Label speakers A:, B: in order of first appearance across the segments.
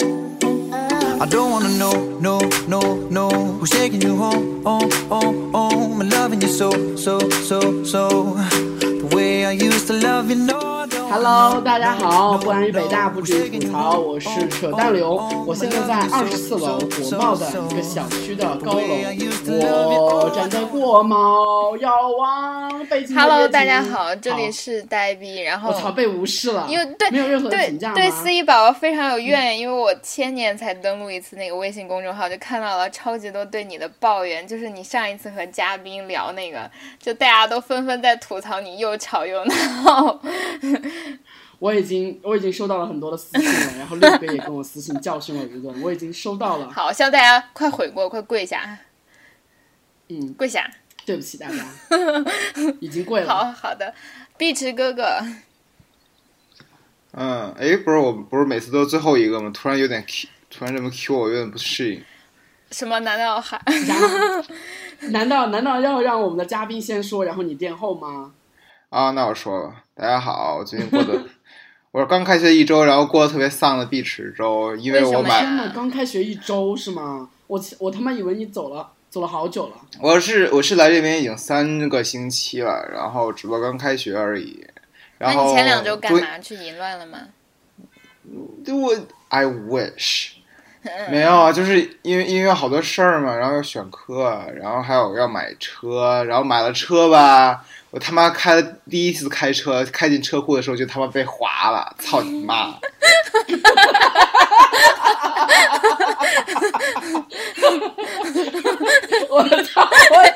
A: I don't wanna know, no, no, no. Who's taking you home, oh, oh, oh? I'm loving you so, so, so, so. The way I used to love you, no. I don't wanna
B: Hello，
A: know,
B: 大家
A: no,
B: 好，
A: no,
B: 不安于北大，
A: no.
B: 不
A: 我
B: 止于
A: 是给
B: 吐
A: 你
B: 槽，
A: 哦
B: 我是
A: 哦
B: 扯淡流
A: 哦，
B: 我现在在二十四楼国贸的一个小区的高楼，我站在国贸遥望北京的夜景。
C: 嗯 Hello，大家好，这里
B: 好
C: 是呆逼，然后
B: 我操，被无视了，
C: 因为对
B: 没有任何的
C: 对
B: 评价吗嗯
C: 对思怡宝宝非常有怨，因为我千年才登录一次那个微信公众号，就看到了超级多对你的抱怨，就是你上一次和嘉宾聊那个，就大家都纷纷在吐槽你又吵又闹，
B: 我已经我已经收到了很多的私信了，然后六哥也跟我私信教训我一顿，我已经收到了，
C: 好，希望大家快悔过，快跪下，
B: 嗯，
C: 跪下，
B: 对不起 大家，已经跪了，
C: 好好的，碧池哥哥，
D: 嗯，哎，不是，我不是每次都最后一个吗？突然有点 Q，突然这么 Q，我有点不适应。
C: 什么？难道还
B: 加 难道难道要让我们的嘉宾先说，然后你垫后吗？
D: 啊，那我说吧，大家好，我最近 过得，我刚开学一周，然后过得特别丧的碧池周，因
C: 为什
D: 我
C: 么
D: 买，
C: 呀
B: 天呐，刚开学一周是吗？我其我他妈以为你走了，走了好久了。
D: 我是我是来这边已经三个星期了，然后只不过刚开学而已。
C: 那
D: 然后
C: 哎你前两周干
D: 对
C: 嘛去淫乱了吗？
D: 对我，I wish，没有啊，就是因为因为有好多事儿嘛，然后要选课，然后还有要买车，然后买了车吧，我他妈开了第一次开车，开进车库的时候就他妈被划了，操你妈！
B: 我操！我操！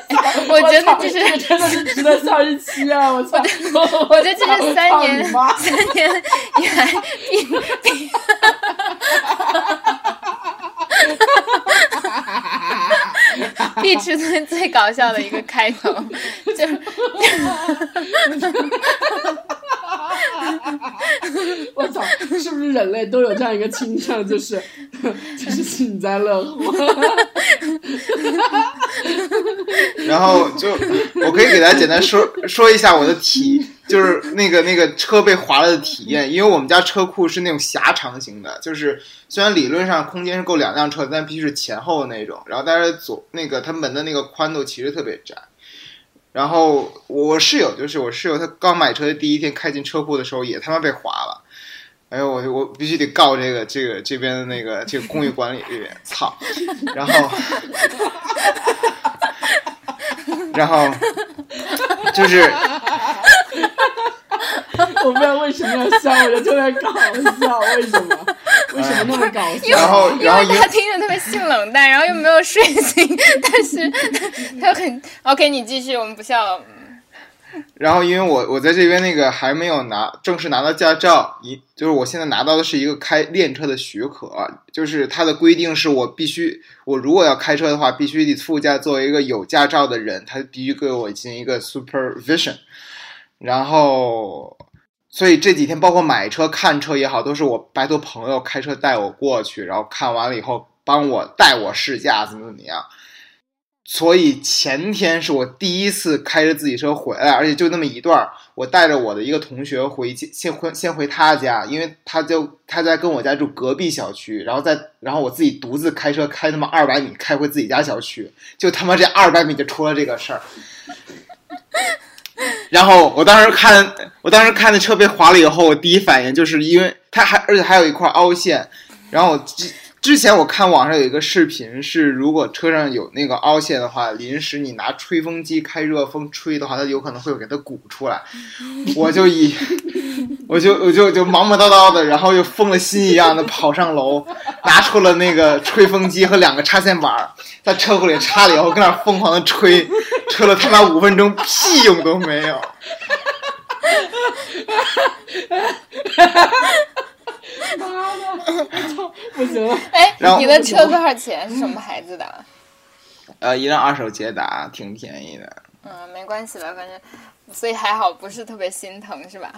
C: 我觉得
B: 操
C: 这是
B: 这个真的是值得上一期啊！我操！我
C: 我觉得这是三
B: 操
C: 年
B: 你妈
C: 三年以来第第碧池村最搞笑的一个开头，就是
B: 我操！是不是人类都有这样一个倾向，就是 就是幸灾乐祸？
D: 然后就我可以给大家简单说 说一下我的体，就是那个那个车被划了的体验，因为我们家车库是那种狭长型的，就是虽然理论上空间是够两辆车，但必须是前后的那种，然后但是左那个它门的那个宽度其实特别窄。然后我我室友就是我室友，他刚买车的第一天开进车库的时候也他妈被划了，哎呦我我必须得告这个这个这边的那个这个公寓管理这边，操！ 然后，然后就是
B: 我不知道为什么要笑，我觉得特别搞笑，为什么？为什么那么搞
C: 因为
B: 笑？
D: 然后
C: 因为
D: 然后因为
C: 他听着特别性冷淡，然后又没有睡醒，但是他又很 OK。你继续，我们不笑了。
D: 然后因为我我在这边那个还没有拿正式拿到驾照，一就是我现在拿到的是一个开练车的许可，就是它的规定是我必须我如果要开车的话，必须得副驾作为一个有驾照的人，他必须给我进一个 supervision，然后。所以这几天，包括买车、看车也好，都是我拜托朋友开车带我过去，然后看完了以后帮我带我试驾，怎么怎么样。所以前天是我第一次开着自己车回来，而且就那么一段儿，我带着我的一个同学回家，先回先回他家，因为他就他家跟我家住隔壁小区，然后再然后我自己独自开车开他妈二百米开回自己家小区，就他妈这二百米就出了这个事儿。然后我当时看，我当时看那车被划了以后，我第一反应就是因为它还而且还有一块凹陷，然后我之之前我看网上有一个视频是，如果车上有那个凹陷的话，临时你拿吹风机开热风吹的话，它有可能会给它鼓出来。我就以，我就我就就忙忙叨叨的，然后又疯了心一样的跑上楼，拿出了那个吹风机和两个插线板儿，在车库里插了以后，跟那儿疯狂的吹，吹了他妈五分钟，屁用都没有。
B: 妈的！我操！不行了，
C: 哎
D: 然，后
C: 你的车多少钱？是什么牌子的？
D: 呃，一辆二手捷达挺便宜的，
C: 嗯，没关系了，反正所以还好，不是特别心疼，是吧？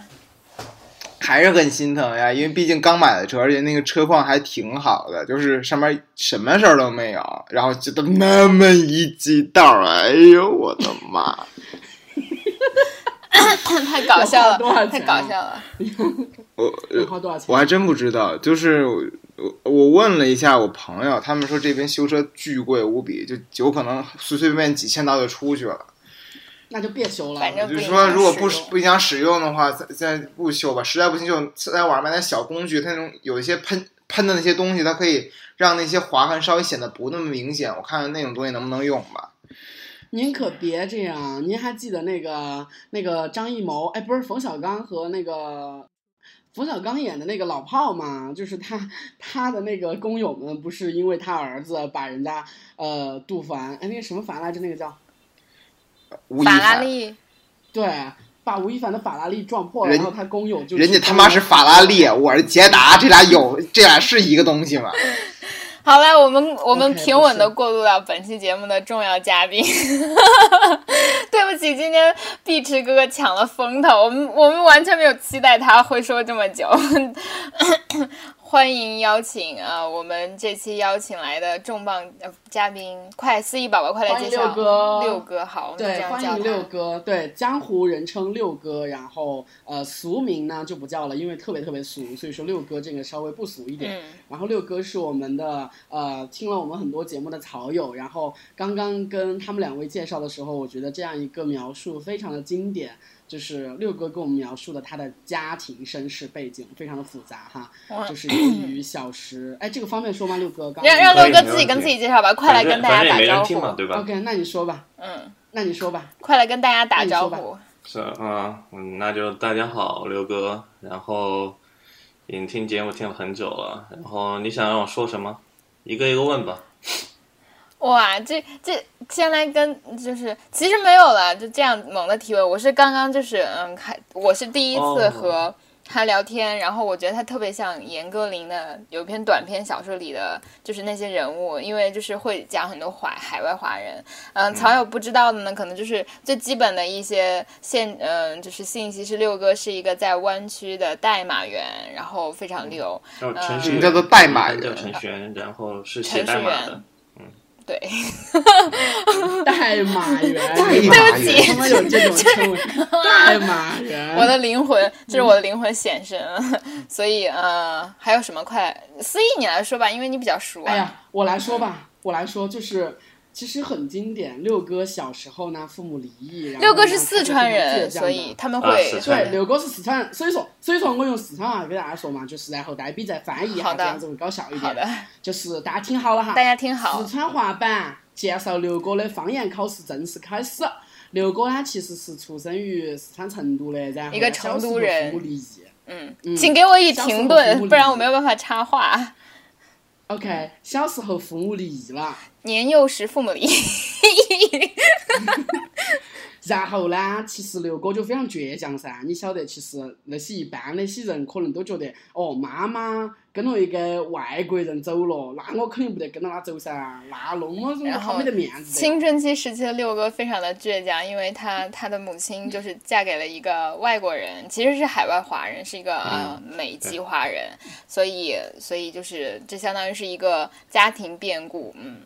D: 还是很心疼呀，因为毕竟刚买的车，而且那个车况还挺好的，就是上面什么事儿都没有，然后就他那么一激道，哎呦我的妈！
C: 太搞笑
B: 我花多少
C: 了，太
B: 钱
C: 搞
B: 啊
C: 笑了。
D: 我
B: 要花多少钱？
D: 我还真不知道，就是我我我问了一下我朋友，他们说这边修车巨贵无比，就有可能随随便便几千刀就出去了。
B: 那就别修了。
C: 反正
D: 就
C: 不
D: 是
C: 影
D: 说
C: 响
D: 如果
C: 使
D: 不
C: 用
D: 不影响使用的话，再再不修吧，实在不行就在网上买点小工具，它那种有一些喷喷的那些东西，它可以让那些划痕稍微显得不那么明显。我看看那种东西能不能用吧。
B: 您可别这样，啊您还记得那个那个张艺谋？哎，不是冯小刚和那个冯小刚演的那个老炮吗？就是他他的那个工友们，不是因为他儿子把人家呃杜凡哎那个什么凡来着，那个叫
D: 吴亦
C: 法拉
D: 凡，
C: 利，
B: 对，把吴亦凡的法拉利撞破了，
D: 人
B: 然后他工友就
D: 人家
B: 去
D: 他妈是法拉利，我是捷达，这俩有这俩是一个东西吗？
C: 好了，我们我们
B: OK，
C: 平
B: 不
C: 稳的
B: 是
C: 过渡到本期节目的重要 嘉宾。对不起，今天碧池哥哥抢了风头，我们我们完全没有期待他会说这么久。 欢迎邀请啊、呃我们这期邀请来的重磅、呃嘉宾，快思怡宝宝快来
B: 欢迎
C: 介绍
B: 六哥
C: 六哥好，我们就这
B: 对，
C: 样
B: 欢
C: 叫
B: 迎
C: 他
B: 六哥，对，江湖人称六哥，然后呃俗名呢就不叫了，因为特别特别俗，所以说六哥这个稍微不俗一点。
C: 嗯
B: 然后六哥是我们的呃听了我们很多节目的草友，然后刚刚跟他们两位介绍的时候，我觉得这样一个描述非常的经典，就是六哥跟我们描述的他的家庭身世背景非常的复杂哈，
C: 哇
B: 就是由于小时哎这个方便说吗？六哥刚
C: 让让
B: 刚
C: 六哥
E: 可以
C: 自己
E: 没问
C: 跟
E: 题
C: 自己介绍吧，快来
E: 反
C: 跟
E: 正
C: 大
E: 反
C: 家
E: 正也
C: 打
E: 没
C: 招
E: 人听嘛，
C: 呼，
E: 对吧？
B: OK，那你说吧，
C: 嗯，
B: 那你说吧，
C: 快来跟大家打
B: 那你
C: 招
B: 说吧
C: 呼。
E: 是啊，嗯，那就大家好，六哥。然后已经听节目听了很久了，然后你想让我说什么？一个一个问吧。
C: 哇，这这先来跟就是其实没有了，就这样猛的提问。我是刚刚就是嗯，还我是第一次
E: 哦
C: 和他聊天，然后我觉得他特别像严歌苓的有一篇短篇小说里的就是那些人物，因为就是会讲很多华海外华人。嗯，草友不知道的呢，可能就是最基本的一些现嗯，就是信息是六哥是一个在湾区的代码员，然后非常溜，
E: 叫程
C: 呃
E: 序
D: 什么
E: 员，
D: 叫做代码
E: 叫
D: 人
E: 程序员，然后是写代
C: 程
E: 码
C: 序
E: 的
C: 员。对。
B: 代码员，
D: 代
C: 对
D: 码
C: 不
D: 员
C: 起
B: 他妈有这种称谓，代码员，
C: 我的灵
B: 嗯
C: 魂，这是我的灵魂显身， 所以呃，还有什么快？思怡，你来说吧，因为你比较熟、啊。
B: 哎呀，我来说吧， 我来说就是。其实很经典，六哥小时候呢，父母离异，然后
C: 六哥
B: 呢
C: 是四川人，所以他们会、
E: 啊四川
B: 对，六哥是四川人，所以说所以说我用四川话给大家说嘛，就是然后代笔再翻译一
C: 好
B: 下，
C: 的
B: 啊这样子会搞笑一
C: 好的
B: 点。，就是大家听好了哈，
C: 大家听好
B: 嗯四，川话版介绍刘哥的方言考试正式开始。刘哥呢，其实是出生于四川成都的，然后
C: 一个
B: 呢小
C: 成
B: 时
C: 都
B: 候
C: 人
B: 父母离异。
C: 嗯，
B: 嗯
C: 请给我一
B: 相
C: 停
B: 似的服务
C: 顿，
B: 理
C: 不然
B: 解
C: 我没有办法 插话。
B: OK，小时候父母离异了，
C: 年幼时父母离异，
B: 然后呢，其实刘哥就非常倔强噻。你晓得，其实那些一般那些人可能都觉得，哦，妈妈跟了一个外国人走了，那我肯定不得跟着他走噻，那弄了
C: 然
B: 我
C: 后
B: 好没得面子的。
C: 青春期时期的六哥非常的倔强，因为他他的母亲就是嫁给了一个外国人，其实是海外华人，是一个、呃美籍华人，所以所以就是这相当于是一个家庭变故，嗯。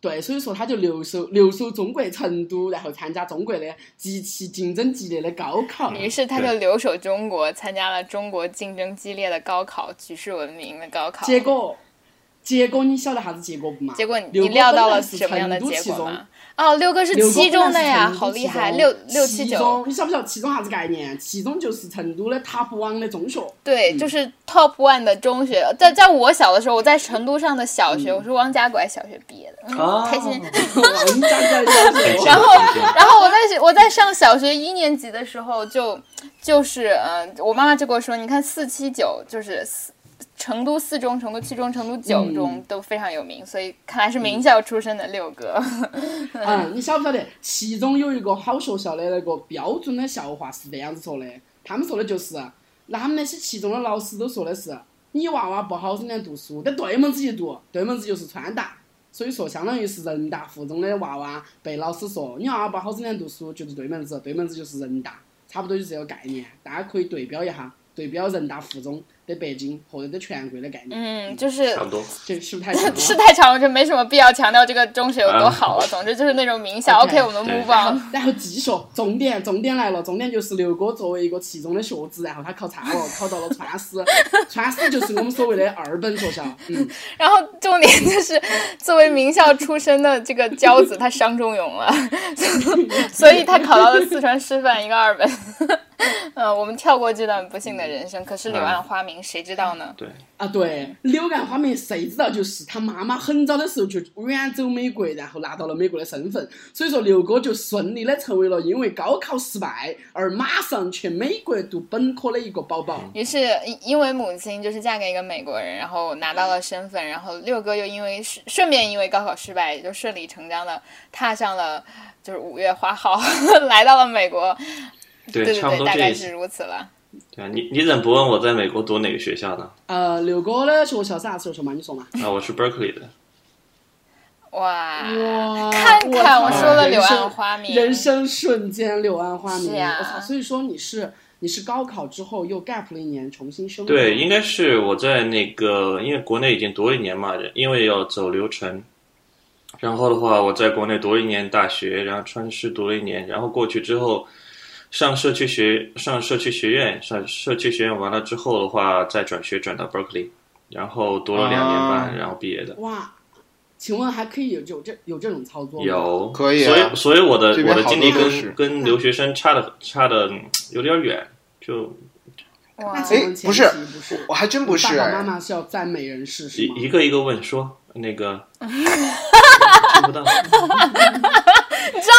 B: 对，所以说他就留守留守中国成都，然后参加中国的极其竞争激烈的高考。
C: 于是他就留守中国，参加了中国竞争激烈的高考，举世闻名的高考。
B: 结果，结果你晓得啥子结果不嘛？
C: 结果你
B: 刘
C: 你
B: 哥
C: 料
B: 本
C: 到了
B: 来是
C: 什么样的
B: 成都
C: 结
B: 七
C: 果
B: 中
C: 吗？哦，六哥是
B: 六
C: 七
B: 七
C: 中
B: 中
C: 的呀，好厉害，六六
B: 七
C: 九，
B: 中，你晓不晓得七中啥子概念？七中就是成都的 top one 的中学。
C: 对，
B: 嗯
C: 就是 top one 的中学。在在我小的时候，我在成都上的小
B: 嗯
C: 学，我是汪家拐小学毕业的，嗯
E: 哦
C: 开心。
B: 王家 在
E: 很
B: 小
E: 像
B: 学，
E: 很像
C: 然后我在我在上小学一年级的时候就，就是嗯、呃我妈妈就跟我说，你看四七九就是四成都四中、成都七中、成都九中
B: 嗯
C: 都非常有名，所以看来是名校出身的六哥。
B: 嗯，你晓不晓得？其中有一个好学校的那个标准的笑话是这样子说的，他们说的就是，那他们那些其中的老师都说的是，你娃娃不好好认真读书，在对门子一读，对门子就是川大，所以说相当于是人大附中的娃娃被老师说，你娃娃不好好认真读书，就是对门子，对门子就是人大，差不多就这个概念，大家可以对标一下。对标人大附中的北京或者的全国的概念，
C: 嗯，就是
E: 差 不多。
B: 这是不是太长
C: 是
B: 了？
C: 太长了，就没什么必要强调这个中学有多好了。总之就是那种名校。
B: OK，
C: OK，我们 move on。
B: 然后继续，重点重点来了，重点就是刘哥作为一个其中的学子，然后他考差了， 考到了川师，川师就是我们所谓的二本学校，嗯，
C: 然后重点就是， 作为名校出身的这个骄子，他伤仲永了， 所以他考到了四川师范一个二本。 呃，我们跳过这段不幸的人生，可是柳
E: 嗯
C: 暗花明，谁知道呢？
E: 对，
B: 啊对，柳暗花明谁知道？就是他妈妈很早的时候就远走美国，然后拿到了美国的身份，所以说刘哥就顺利的成为了因为高考失败而马上去美国读本科的一个宝宝。
C: 于是，因因为母亲就是嫁给一个美国人，然后拿到了身份，然后六哥又因为顺顺便因为高考失败，也就顺理成章的踏上了就是五月花号， 来到了美国。
E: 对
C: 对对
E: 差不
C: 对，
E: 多
C: 大
E: 这
C: 概
E: 意
C: 是
E: 思。
C: 如此了。
E: 对啊，你你怎么不问我在美国读哪个学校呢？
B: 呃，刘哥的学校是啥子学校嘛？你说嘛？
E: 啊，我是 Berkeley 的。
C: 哇，
B: 哇
C: 看看
B: 我
C: 我
B: 操
C: 说了柳
B: 啊人
C: 暗
B: 生
C: 花明，
B: 人生瞬间柳暗花明。
C: 是呀
B: 我操！所以说你是你是高考之后又 gap 了一年，重新
D: 嗯
B: 升入
E: 对，应该是我在那个，因为国内已经读了一年嘛，因为要走流程。然后的话，我在国内读了一年大学，然后川师读了一年，然后过去之后上社区学上社区学院，上社区学院完了之后的话，再转学转到 Berkeley，然后读了两年半，
D: 啊
E: 然后毕业的。
B: 哇！请问还可以有这有这有这种操作吗？
E: 有
D: 可以啊
E: 所以所以我的
D: 这边
E: 我的
D: 好
E: 经历
D: 多都是
E: 跟跟留学生差的差的有点远，就
C: 哇
B: 那，请问前
D: 哎不
B: 提
D: 是
B: 不是
D: 我还真不是
B: 爸爸妈
D: 哎，
B: 妈是要赞美人士是
E: 一
B: 吗？
E: 一个一个问说那个听不到。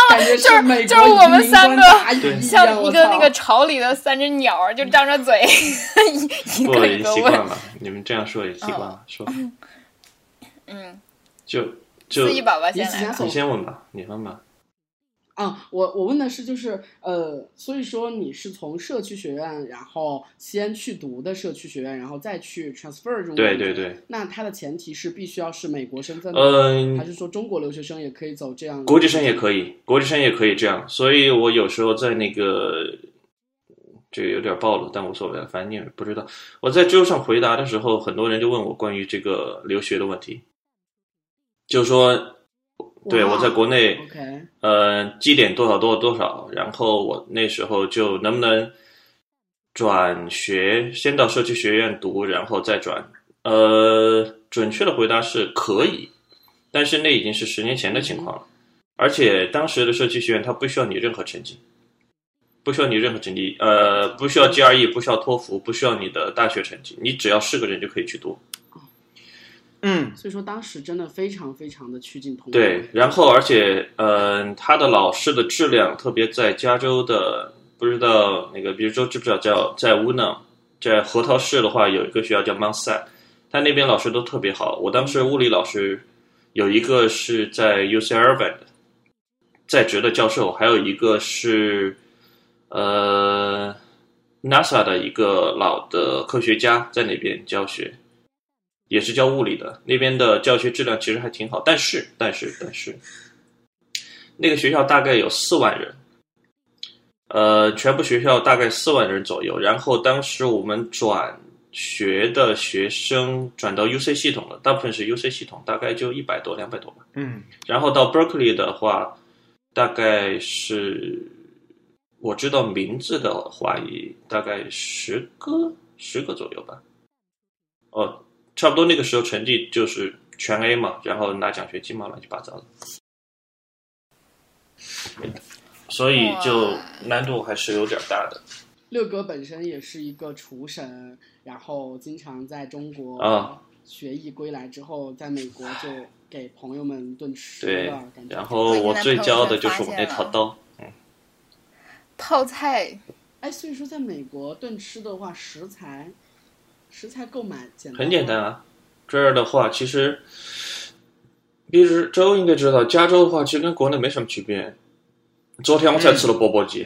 B: 感觉
C: 就是
B: 美
C: 就是
B: 国
C: 我们
B: 移民
C: 三
B: 官
C: 个
B: 打鱼
E: 对
B: 一样
C: 像一
B: 我
C: 个
B: 操
C: 那个巢里的三只鸟儿，就张着嘴， 一一
E: 不
C: 个
E: 已
C: 一
E: 经
C: 个
E: 习惯
C: 问。
E: 了，你们这样说也习惯了。说，
C: 嗯，
E: 就就
C: 四亿宝宝
B: 你
C: 先
B: 几
C: 来
B: 家
C: 吧。
B: 走
E: 你先问吧，你问吧。
B: 啊，我我问的是就是呃，所以说你是从社区学院，然后先去读的社区学院，然后再去 transfer 入
E: 对
B: 美
E: 对
B: 国。
E: 对，
B: 那它的前提是必须要是美国身份吗？
E: 嗯、
B: 还是说中国留学生也可以走这样？
E: 国际生也可
B: 以。
E: 以，国际生也可以这样。所以我有时候在那个，这个有点暴露，但无所谓了，反正你也不知道。我在知乎上回答的时候，很多人就问我关于这个留学的问题，就说，对
B: 哇
E: 我在国内
B: OK，
E: 呃，绩点多少多少多少，然后我那时候就能不能转学，先到社区学院读，然后再转。呃，准确的回答是可以，但是那已经是十年前的情况了，而且当时的社区学院它不需要你任何成绩，不需要你任何成绩，呃，不需要 GRE，不需要托福，不需要你的大学成绩，你只要是个人就可以去读。
D: 嗯，
B: 所以说当时真的非常非常的趋近同化
E: 对，然后而且，嗯、他的老师的质量，特别在加州的，不知道那个，比如说知不知道叫在乌能，在核桃市的话，有一个学校叫 Mount San，他那边老师都特别好。我当时物理老师有一个是在 UC Irvine 的在职的教授，还有一个是呃 NASA 的一个老的科学家在那边教学。也是教物理的，那边的教学质量其实还挺好，但是但是但是，那个学校大概有四万人，呃，全部学校大概四万人左右。然后当时我们转学的学生转到 UC 系统了，大部分是 UC 系统，大概就一百多两百多吧。
D: 嗯，
E: 然后到 Berkeley 的话，大概是我知道名字的话，也大概十个十个左右吧。哦，差不多那个时候成绩就是全 A 嘛，然后拿奖学金嘛，乱七八糟的。所以就
C: 哇
E: 难度还是有点大的。
B: 六哥本身也是一个厨神，然后经常在中国
E: 啊
B: 学艺归来之后，在美国就给朋友们炖吃
E: 对
B: 了，感，觉
E: 然后我最骄傲的就是我那套刀，
C: 泡 菜
B: 哎，所以说在美国炖吃的话，食材食材购买简单
E: 很简单啊。这儿的话，其实，比如州应该知道，加州的话其实跟国内没什么区别。昨天我才
B: 嗯
E: 吃了钵钵鸡，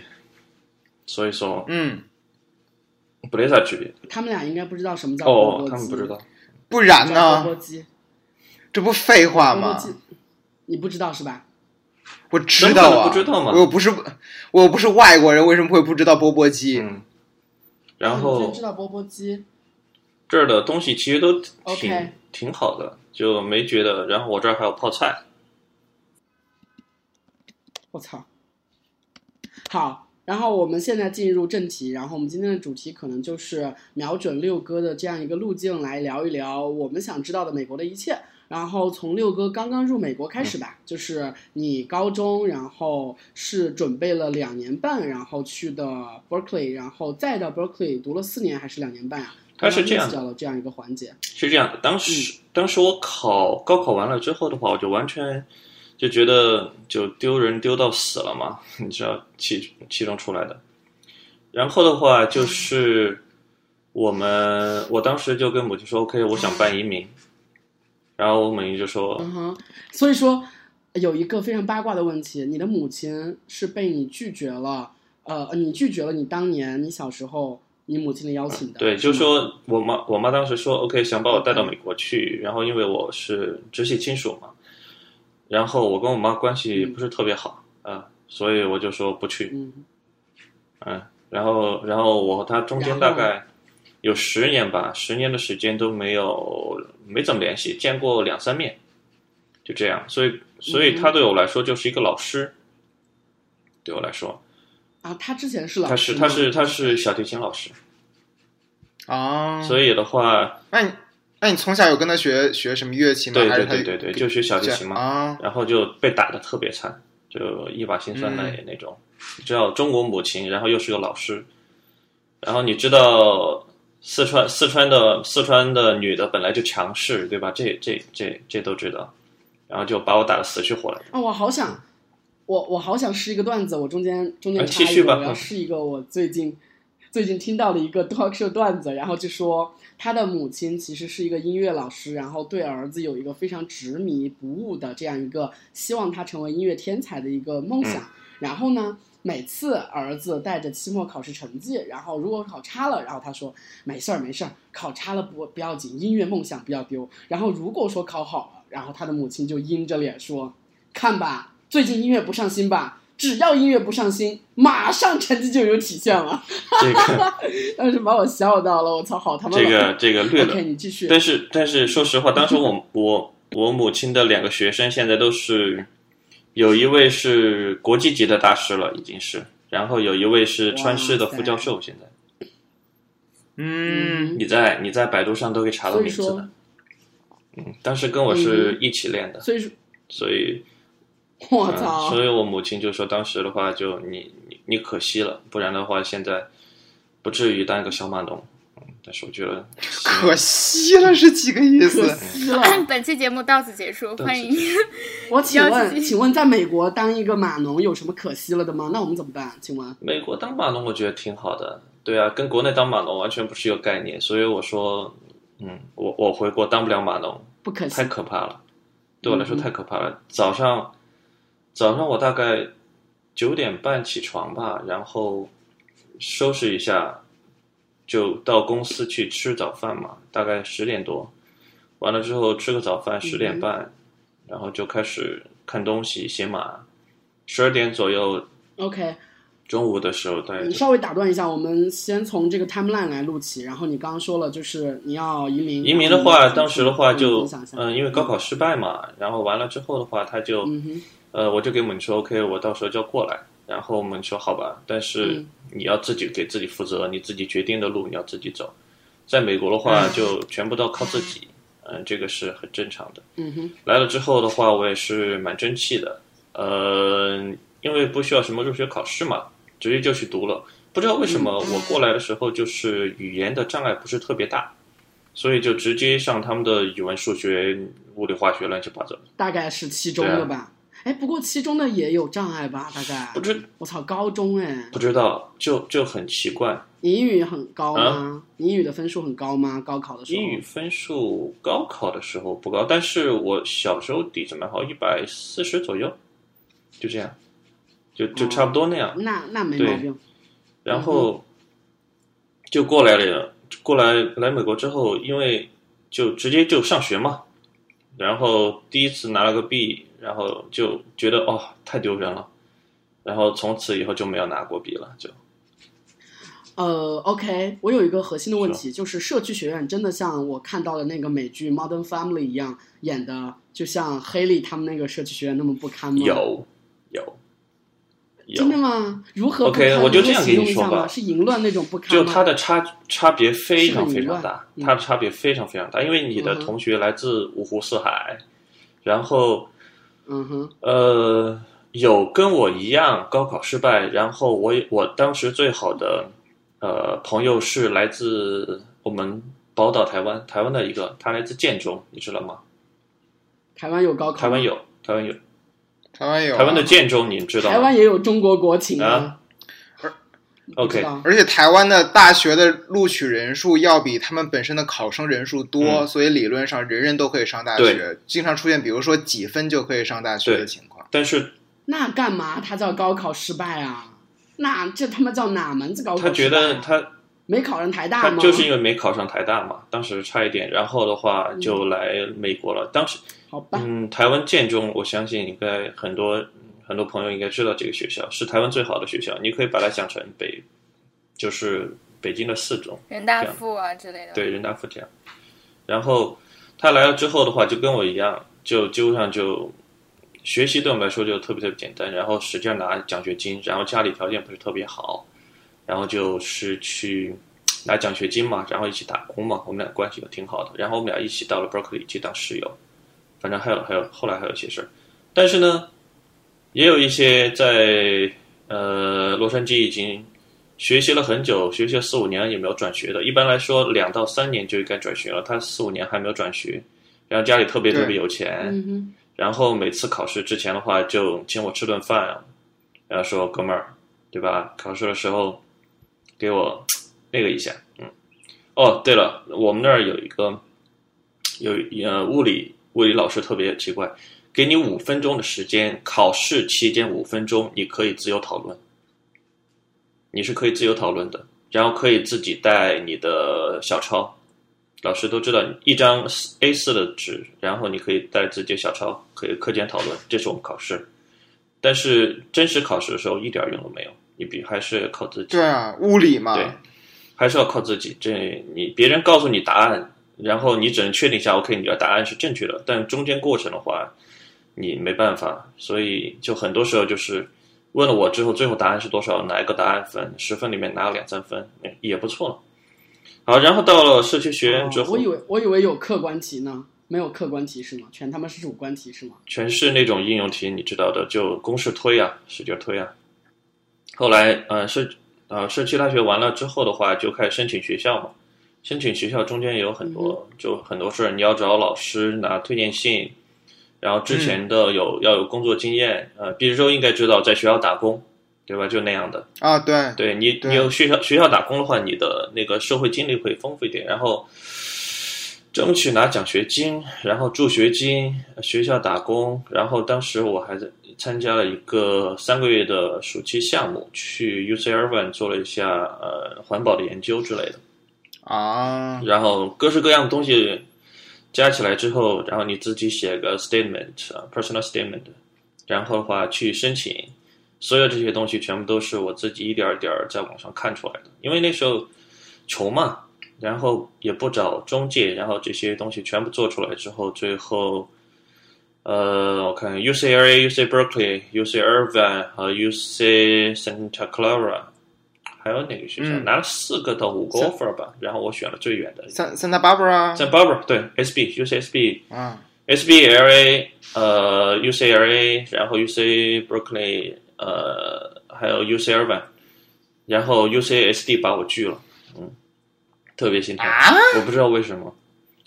E: 所以说
D: 嗯，
E: 不得啥区别。
B: 他们俩应该不知道什么叫钵
E: 哦
B: 钵，鸡，
E: 他们不知道，
D: 不
B: 什
D: 然
B: 么叫钵钵
D: 呢？
B: 鸡，
D: 这不废话
B: 钵钵
D: 吗？
B: 鸡，你不知道是吧？
D: 我知道
E: 怎么可
D: 啊，
E: 能不知道嘛
D: 我又不是我又不是外国人，为什么会不知道钵钵鸡？
E: 嗯，然
B: 哦你真
E: 后
B: 知道钵钵鸡
E: 这儿的东西其实都挺
B: OK
E: 挺好的，就没觉得。然后我这儿还有泡菜，
B: 我操！好，然后我们现在进入正题，然后我们今天的主题可能就是瞄准六哥的这样一个路径来聊一聊我们想知道的美国的一切。然后从六哥刚刚入美国开始吧，就是你高中，然后是准备了两年半，然后去的 Berkeley，然后再到 Berkeley 读了四年还是两年半啊？
E: 它是这样的
B: 的，这样一个环节。
E: 是这样的，当时、当时我考高考完了之后的话，我就完全就觉得就丢人丢到死了嘛， 你知道其其中出来的。然后的话就是我们，我当时就跟母亲说，OK，我想办移民。然后我母亲就说
B: 嗯哼，所以说有一个非常八卦的问题，你的母亲是被你拒绝了，呃，你拒绝了你当年你小时候你母亲的邀请：“的，
E: 对，
B: 是
E: 就
B: 吗
E: 说我妈，我妈当时说，OK，想把我带到美国去。然后因为我是直系亲属嘛，然后我跟我妈关系不是特别好啊、所以我就说不去。
B: 嗯，
E: 嗯，然后然后我和他中间大概有十年吧，十年的时间都没有没怎么联系，见过两三面，就这样。所以所以他对我来说就是一个老师，对我来说，
B: 啊，他之前是老
E: 他
B: 师
E: 是
B: 吗，
E: 他是他是小提琴老师，
D: 啊，
E: 所以的话，
D: 那你那你从小有跟他学学什么乐器吗？
E: 对
D: 还
E: 对
D: 是他
E: 对对对，就学小提琴嘛，
B: 嗯
D: 啊，
E: 然后就被打的特别惨，就一把辛酸泪那种。你知道中国母亲，然后又是个老师，然后你知道四川四川的四川的女的本来就强势，对吧？这这这这都知道，然后就把我打得死去活来。
B: 啊，我好想，我我好想试一个段子，我中间中间
E: 啊
B: 插
E: 继
B: 一
E: 续
B: 个，
E: 吧
B: 我要试一个我最近最近听到的一个 talk show 段子，然后就说他的母亲其实是一个音乐老师，然后对儿子有一个非常执迷不悟的这样一个希望他成为音乐天才的一个梦
E: 嗯
B: 想，然后呢。每次儿子带着期末考试成绩，然后如果考差了，然后他说没事儿没事儿，考差了不不要紧，音乐梦想不要丢。然后如果说考好了，然后他的母亲就阴着脸说，看吧，最近音乐不上心吧？只要音乐不上心，马上成绩就有体现了。
E: 这个
B: 当时把我笑到了，我操，好他妈
E: 这个
B: 冷
E: 这个略
B: OK，
E: 了，
B: 你继续。
E: 但是但是说实话，当时我我我母亲的两个学生现在都是，有一位是国际级的大师了，已经是，然后有一位是川师的副教授，现在。
D: 嗯，
E: 你在你在百度上都可以查到
B: 所以
E: 名字
B: 说
E: 的。，嗯，当时跟我是一起练的，
B: 所以说，
E: 所以、
B: 我
E: 嗯
B: 操，
E: 所以我母亲就说，当时的话就你你你可惜了，不然的话现在不至于当一个小码农。嗯，但是我觉得
D: 可惜了是几个意
B: 可
D: 思？
E: 嗯
B: 惜了。
C: 本期节目到此结束，
E: 到此
C: 欢迎
E: 结。
B: 我请
C: 啊要
B: 问，
C: 是
B: 请问在美国当一个码农有什么可惜了的吗？那我们怎么办？请问，
E: 美国当码农我觉得挺好的，对啊，跟国内当码农完全不是一个概念，所以我说，嗯，我我回国当不了码农，
B: 不可惜
E: 太。可怕了，对我来
B: 嗯
E: 说太可怕了。早上，早上我大概九点半起床吧，然后收拾一下，就到公司去吃早饭嘛，大概十点多，完了之后吃个早饭，
B: 嗯
E: 十点半，然后就开始看东西、写码，十二点左右，
B: OK，
E: 中午的时候大概
B: 你
E: 就
B: 稍微打断一下，我们先从这个 timeline 来录起。然后你刚刚说了，就是你要移民。
E: 移民
B: 然
E: 的
B: 后
E: 话，
B: 你
E: 当时的话
B: 嗯分
E: 就
B: 享一下，
E: 嗯，因为高考失败嘛，然后完了之后的话，他就
B: 嗯哼，
E: 呃，我就给我们说 OK，我到时候就要过来。然后我们说好吧，但是
B: 嗯
E: 你要自己给自己负责，你自己决定的路你要自己走。在美国的话，就全部都靠自己，嗯，这个是很正常的。
B: 嗯哼，
E: 来了之后的话，我也是蛮争气的，呃，因为不需要什么入学考试嘛，直接就去读了。不知道为什么我过来的时候就是语言的障碍不是特别大，所以就直接上他们的语文、数学、物理、化学，乱七八糟。
B: 大概是七中的
E: 对啊
B: 吧。哎，不过七中的也有障碍吧？大概
E: 不知
B: 我操，高中哎，
E: 不知道，就就很奇怪。
B: 你英语很高吗？你英语的分数很高吗？高考的时候，
E: 啊英语分数高考的时候不高，但是我小时候底子蛮好，一百四十左右，就这样，就就差不多那样。
B: 那那没
E: 对
B: 毛病。
E: 然后就过来了，过来来美国之后，因为就直接就上学嘛，然后第一次拿了个 B，然后就觉得哦太丢人了，然后从此以后就没有拿过 B 了，就
B: 呃，OK，我有一个核心的问
E: 啊
B: 题，就是社区学院真的像我看到的那个美剧《Modern Family》一样演的，就像黑利他们那个社区学院那么不堪吗？
E: 有有有
B: 真的，吗？如何不
E: OK，
B: 堪
E: 我就
B: 能
E: 这样
B: 形
E: 给
B: 容
E: 你
B: 一
E: 说
B: 下
E: 吧
B: 吗是淫乱那种不堪
E: 就
B: 吗？
E: 它的差差别非常非
B: 是
E: 常大
B: 很意，外嗯
E: 它的差别非常非常大，因为你的
B: 嗯哼
E: 同学来自五湖四海，然后
B: 嗯哼，
E: 呃，有跟我一样高考失败，然后我也我当时最好的呃朋友是来自我们宝岛台湾台湾的一个，他来自建中，你知道吗？
B: 台湾有高考吗，
E: 台湾有台湾有
D: 台湾有啊
E: 台湾的建中，你知道
B: 台
E: 吗
B: 湾也有中国国情
E: 啊
B: 你不知
E: ？OK，
B: 道
D: 而且台湾的大学的录取人数要比他们本身的考生人数多，
E: 嗯
D: 所以理论上人人都可以上大学。经常出现比如说几分就可以上大学的
E: 对
D: 情况。
E: 但是
B: 那干嘛？他叫高考失败啊？那这他妈叫哪门子高考失败
E: 他
B: 啊、
E: 觉得他
B: 没考上台大
E: 他
B: 吗？
E: 就是因为没考上台大嘛，当时差一点，然后的话就
B: 嗯
E: 来美国了。当时
B: 好吧，
E: 嗯，台湾建中，我相信应该很多很多朋友应该知道这个学校是台湾最好的学校，你可以把它想成北，就是北京的四中，
C: 人大
E: 这样
C: 附啊之类的。
E: 对，人大附这样。然后他来了之后的话，就跟我一样，就基本上就学习对我们来说就特别特别简单，然后使劲拿奖学金，然后家里条件不是特别好，然后就是去拿奖学金嘛，然后一起打工嘛，我们俩关系都挺好的，然后我们俩一起到了 Berkeley 去当室友，反正还有还有后来还有一些事儿，但是呢，也有一些在呃洛杉矶已经学习了很久，学习了四五年也没有转学的。一般来说，两到三年就应该转学了，他四五年还没有转学，然后家里特别
D: 对
E: 特别有钱，
B: 嗯哼，
E: 然后每次考试之前的话，就请我吃顿饭，然后说哥们儿，对吧？考试的时候给我那个一下，嗯。哦，对了，我们那儿有一个有呃物理物理老师特别奇怪，给你五分钟的时间，考试期间五分钟你可以自由讨论，你是可以自由讨论的，然后可以自己带你的小抄。老师都知道，一张 A 4的纸，然后你可以带自己的小抄，可以课间讨论，这是我们考试。但是真实考试的时候一点用都没有，你比还是靠自己。
D: 对啊，物理嘛，
E: 对，还是要靠自己。这你别人告诉你答案，然后你只能确定一下，OK，你的答案是正确的。但中间过程的话，你没办法，所以就很多时候就是问了我之后，最后答案是多少，拿一个答案分，十分里面拿了两三分，嗯也不错了。好，然后到了社区学院之
B: 哦
E: 后，
B: 我以为我以为有客观题呢，没有客观题是吗？全他妈是主观题是吗？
E: 全是那种应用题，你知道的，就公式推啊，使劲推啊。后来，呃，社呃社区大学完了之后的话，就开始申请学校嘛。申请学校中间也有很多，就很多事儿，你要找老师拿推荐信，然后之前的有、要有工作经验，呃，毕业之后应该知道在学校打工，对吧？就那样的。
D: 啊，对，
E: 对你，
D: 对
E: 你有学校学校打工的话，你的那个社会经历会丰富一点，然后争取拿奖学金，然后助学金，学校打工，然后当时我还在参加了一个三个月的暑期项目，去 UC Irvine 做了一下呃环保的研究之类的，
D: 啊，
E: 然后各式各样的东西加起来之后，然后你自己写个 statement 啊，personal statement，然后的话去申请，所有这些东西全部都是我自己一点儿一点儿在网上看出来的，因为那时候穷嘛，然后也不找中介，然后这些东西全部做出来之后，最后，呃，我看 UCLA、UC Berkeley、UC Irvine 和 UC Santa Clara，还有哪个学校、
D: 嗯
E: 拿了四个到五个 offer 吧，然后我选了最远的，
D: 三 Santa Barbara
E: 在 Barbara 对 SB、UCSB、
D: 啊，
E: SBLA，呃，UCLA，然后 UC Berkeley，呃，还有 UC Irvine，然后 UCSD 把我拒了，嗯，特别心疼，
D: 啊
E: 我不知道为什么，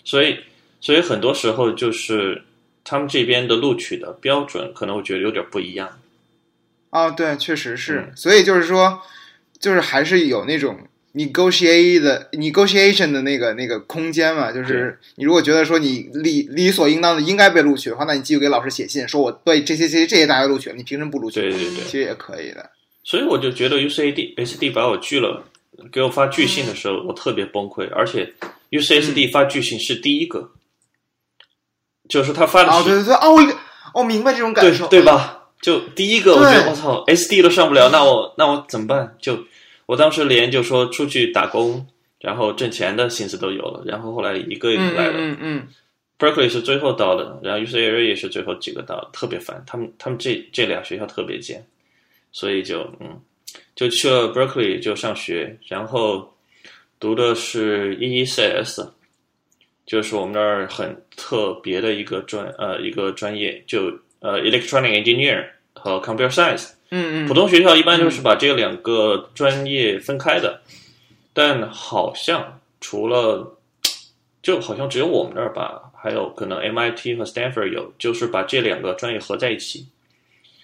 E: 所以，所以很多时候就是他们这边的录取的标准，可能我觉得有点不一样，
D: 啊，对，确实是。
E: 嗯
D: 所以就是说，就是还是有那种 negotiate 的 negotiation 的那个那个空间嘛。就是你如果觉得说你理理所应当的应该被录取的话，那你继续给老师写信，说我被这些这些这些大学录取了，你凭什么不录取？
E: 对对对
D: 其实也可以的。
E: 所以我就觉得 UCAD、SD 把我拒了，给我发拒
D: 嗯
E: 信的时候，我特别崩溃。而且 UCSD 发拒信是第一个，就是他发的
D: 啊，
E: 是、
D: 对对对，哦，我哦明白这种感受，
E: 对对吧？就第一个，我觉得
D: 对
E: 我操，SD 都上不了，那我那我怎么办？就我当时连就说出去打工，然后挣钱的心思都有了，然后后来一个一个
D: 嗯
E: 来了。
D: 嗯嗯
E: Berkeley 是最后到的，然后 UCLA 也是最后几个到的，特别烦。他们他们这这俩学校特别尖，所以就嗯，就去了 Berkeley 就上学，然后读的是 E EECS，就是我们那儿很特别的一个专呃一个专业，就呃 Electronic Engineer 和 Computer Science。
D: 嗯嗯
E: 普通学校一般就是把这两个专业分开的，但好像除了，就好像只有我们那儿吧，还有可能 MIT 和 Stanford 有，就是把这两个专业合在一起。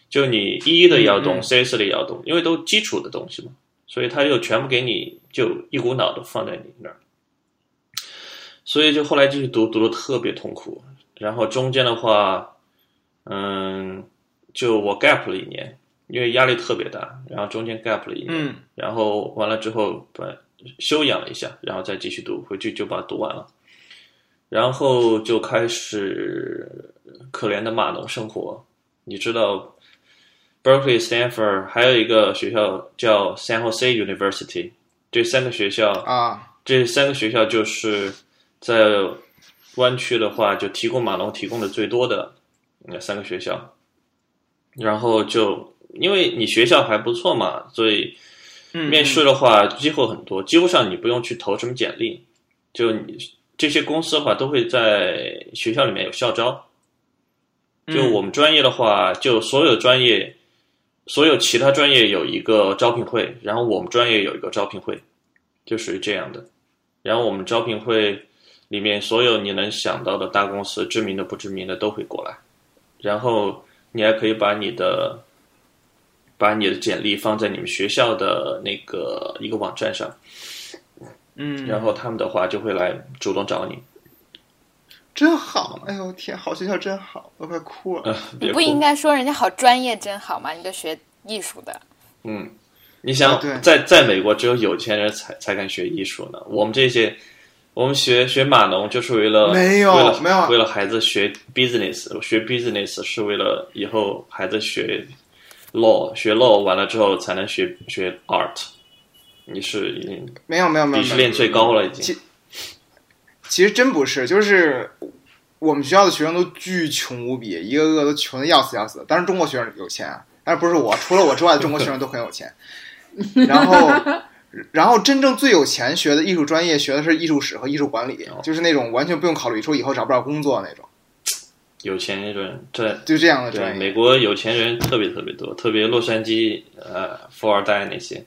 E: 就你一的也要懂
D: 嗯嗯
E: ，CS 的也要懂，因为都基础的东西嘛，所以他就全部给你就一股脑的放在你那儿。所以就后来继续读，读的特别痛苦。然后中间的话，嗯，就我 gap 了一年，因为压力特别大，然后中间 gap 了一年，
D: 嗯
E: 然后完了之后把休养了一下，然后再继续读，回去就把它读完了，然后就开始可怜的码农生活。你知道，Berkeley、Stanford 还有一个学校叫 San Jose University，这三个学校
D: 啊，
E: 这三个学校就是在湾区的话，就提供马龙提供的最多的那三个学校。然后就因为你学校还不错嘛，所以
D: 嗯
E: 面试的话机会很多，几乎上你不用去投什么简历，就你这些公司的话都会在学校里面有校招。就我们专业的话，就所有专业，所有其他专业有一个招聘会，然后我们专业有一个招聘会，就属于这样的。然后我们招聘会里面所有你能想到的大公司，知名的不知名的都会过来，然后你还可以把你的把你的简历放在你们学校的那个一个网站上，
D: 嗯，
E: 然后他们的话就会来主动找你。
D: 真好，哎呦天，好学校真好，我快哭了。
E: 呃，
C: 你
E: 别
C: 不
E: 哭
C: 应该说人家好专业真好吗？你都学艺术的，
E: 嗯，你
D: 啊
E: 想
D: 对
E: 在在美国，只有有钱人才才敢学艺术呢。我们这些，我们学学码农就是为了
D: 没有
E: 为了
D: 没有
E: 为了孩子学 business，学 business 是为了以后孩子学 law，学 law 完了之后才能学学 art。你是已经
D: 没有没有没有，
E: 鄙视链最高了，已
D: 其
E: 经。
D: 其实真不是，就是我们学校的学生都巨穷无比，一个个都穷的要死要死的。当然中国学生有钱啊，但是不是我，除了我之外的中国学生都很有钱。然后， 然后真正最有钱学的艺术专业，学的是艺术史和艺术管理，就是那种完全不用考虑说以后找不着工作那种，
E: 有钱人在
D: 就这样的
E: 对
D: 专
E: 美
D: 业。
E: 国有钱人特别特别多，特别洛杉矶呃富二代那些，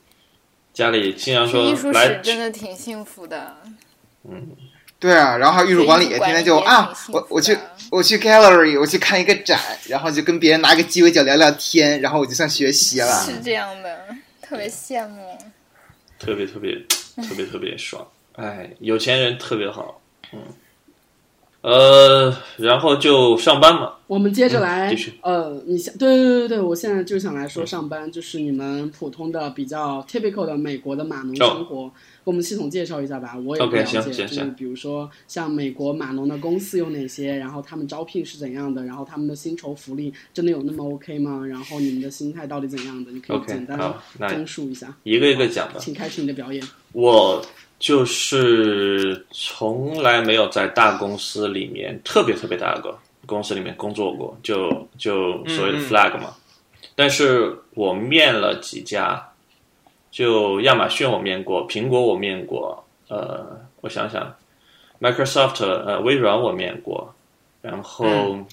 E: 家里经常说
C: 艺术
E: 来
C: 史真的挺幸福的。
D: 对啊，然后还有艺术管理，
C: 艺术
D: 天
C: 管理
D: 天就
C: 也
D: 啊
C: 挺，幸
D: 我
C: 福
D: 我去
C: 的
D: 我去 gallery，我去看一个展，然后就跟别人拿个鸡尾酒聊聊天，然后我就算学习了。
C: 是这样的，特别羡慕。
E: 特别特别特别特别爽，哎，有钱人特别好，嗯，呃，然后就上班嘛，
B: 我们接着来
E: 嗯继续，嗯
B: 呃，你想，对对对对，我现在就想来说上班，就是你们普通的比较 typical 的美国的码农生活，给我们系统介绍一下吧，我也不
E: 哦 OK，
B: 了解。
E: 行行
B: 就是
E: 行
B: 比如说像美国码农的公司有哪些，然后他们招聘是怎样的，然后他们的薪酬福利真的有那么 OK 吗？然后你们的心态到底怎样的？你可以
E: OK，
B: 简单
E: 好那
B: 的综述一下，
E: 一个一个讲吧。
B: 请开始你的表演。
E: 我就是从来没有在大公司里面特别特别大的公司里面工作过，就就所谓的
D: 嗯嗯
E: flag 嘛。但是我面了几家，就亚马逊我面过，苹果我面过，呃，我想想，Microsoft 呃微软我面过，然后
D: 嗯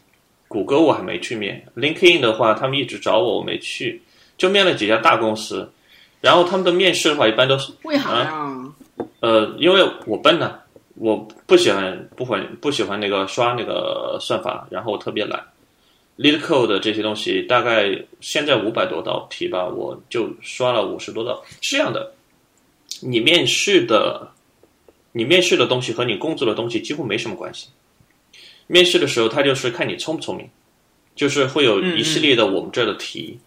E: 谷歌我还没去面，LinkedIn 的话他们一直找我，我没去，就面了几家大公司。然后他们的面试的话，一般都是
B: 为啥呀、
E: 呃，因为我笨呢，我不喜欢不欢不喜欢那个刷那个算法，然后我特别懒。Lead Code 这些东西，大概现在五百多道题吧，我就刷了五十多道。是这样的，你面试的，你面试的东西和你工作的东西几乎没什么关系。面试的时候，他就是看你聪不聪明，就是会有
D: 嗯
E: 一系列的我们这儿的题。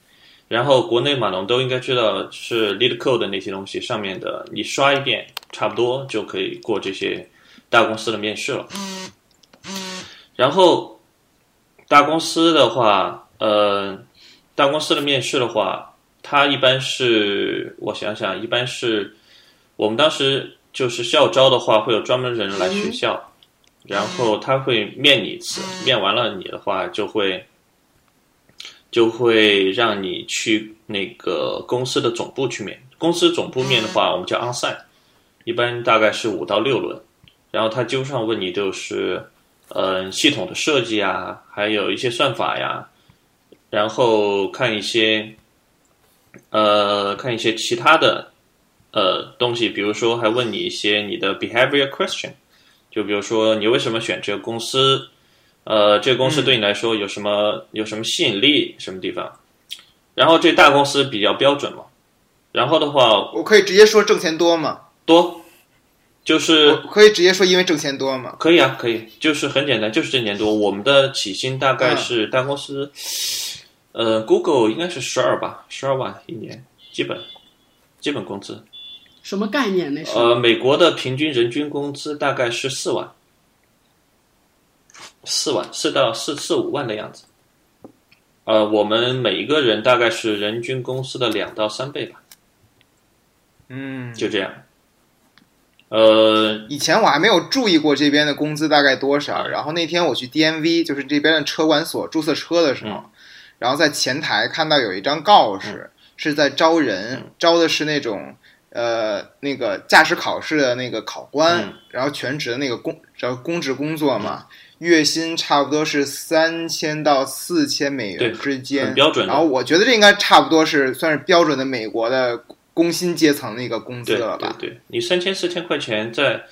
E: 然后国内码农都应该知道是 lead code 的那些东西上面的，你刷一遍差不多就可以过这些大公司的面试了。然后大公司的话，呃，大公司的面试的话，它一般是我想想，一般是我们当时就是校招的话，会有专门人来学校，然后他会面你一次，面完了你的话就会就会让你去那个公司的总部去面。公司总部面的话，我们叫 onsite，一般大概是五到六轮，然后他基本上问你就是，嗯、系统的设计啊，还有一些算法呀，然后看一些呃，看一些其他的呃东西，比如说还问你一些你的 behavior question，就比如说你为什么选这个公司，呃，这个公司对你来说有什么、有什么吸引力，什么地方？然后这大公司比较标准嘛，然后的话
D: 我可以直接说挣钱多吗？
E: 多，就是
D: 我可以直接说因为挣钱多吗？
E: 可以啊，可以，就是很简单，就是这年多。我们的起薪大
D: 嗯
E: 概是大公司，呃，Google 应该是十二吧，十二万一年，基本基本工资。
B: 什么概念？那是、
E: 呃，美国的平均人均工资大概是四万，四万四到四四五万的样子。呃，我们每一个人大概是人均工资的两到三倍吧，
D: 嗯，
E: 就这样。呃，
D: 以前我还没有注意过这边的工资大概多少。然后那天我去 DMV，就是这边的车管所注册车的时
E: 嗯
D: 候，然后在前台看到有一张告示，是在招人，
E: 嗯
D: 招的是那种呃那个驾驶考试的那个考官，
E: 嗯
D: 然后全职的那个公，然后公职工作嘛，月薪差不多是三千到四千美
E: 对
D: 元之间，
E: 很标准的
D: 然后我觉得这应该差不多是算是标准的美国的工薪阶层的一个工资
E: 对
D: 了吧？
E: 对对，你三千四千块钱在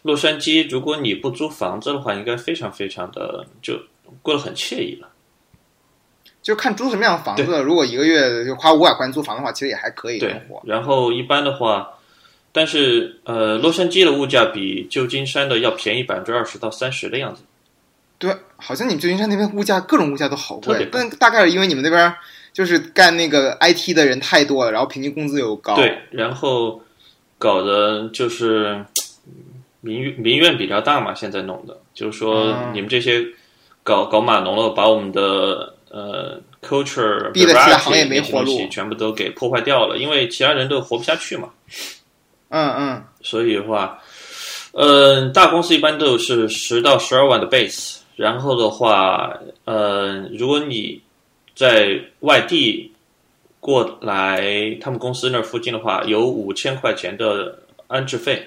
E: 洛杉矶，如果你不租房子的话，应该非常非常的就过得很惬意了。
D: 就看租什么样的房子。如果一个月就花五百块钱租房的话，其实也还可以生
E: 对
D: 活，。
E: 然后一般的话，但是呃，洛杉矶的物价比旧金山的要便宜百分之二十到三十的样子。
D: 对，好像你们旧金山那边物价各种物价都好
E: 特
D: 贵，
E: 别高
D: 但大概是因为你们那边就是干那个 IT 的人太多了，然后平均工资又高。
E: 对，然后搞的就是嗯民怨民怨比较大嘛，现在弄的，就是说
D: 嗯
E: 你们这些搞搞码农的，把我们的呃 culture
D: 逼得其他行业
E: variety
D: 没
E: 那些
D: 活
E: 东西
D: 路
E: 全部都给破坏掉了，因为其他人都活不下去嘛。
D: 嗯嗯，
E: 所以的话，嗯，大公司一般都是十到十二万的 base，然后的话，嗯，如果你在外地过来他们公司那儿附近的话，有五千块钱的安置费，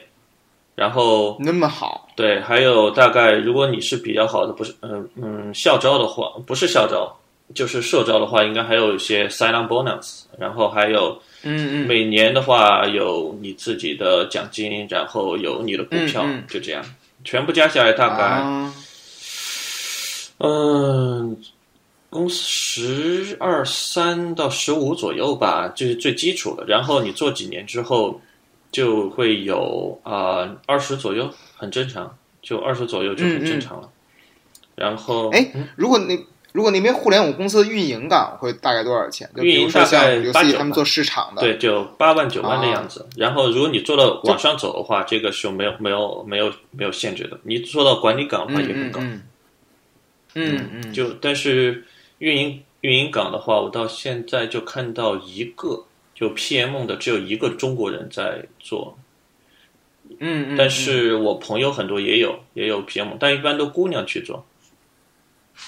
E: 然后
D: 那么好，
E: 对，还有大概如果你是比较好的，不是嗯嗯校招的话，不是校招。就是社招的话，应该还有一些 sign-on bonus，然后还有
D: 嗯嗯，
E: 每年的话有你自己的奖金，然后有你的股票，
D: 嗯嗯
E: 就这样，全部加起来大概，
D: 啊，
E: 嗯，公司十二三到十五左右吧，这、是最基础的。然后你做几年之后，就会有啊二十左右，很正常，就二十左右就很正常了。然后，
D: 嗯哎，如果你。如果那边互联网公司的运营岗会大概多少钱？就比如说像
E: 运营
D: 刘
E: 大概
D: 思怡
E: 八九
D: 他们
E: 吧
D: 做市场的，
E: 对，就八万九万的
D: 啊
E: 样子。然后，如果你做到往上走的话，这个是没有没有没有没有限制的。你做到管理岗的话
D: 嗯
E: 也很
D: 嗯
E: 高。
D: 嗯，嗯嗯，
E: 就但是运营运营岗的话，我到现在就看到一个，就 PM 的只有一个中国人在做，
D: 嗯嗯，
E: 但是我朋友很多也有也有 PM，但一般都姑娘去做，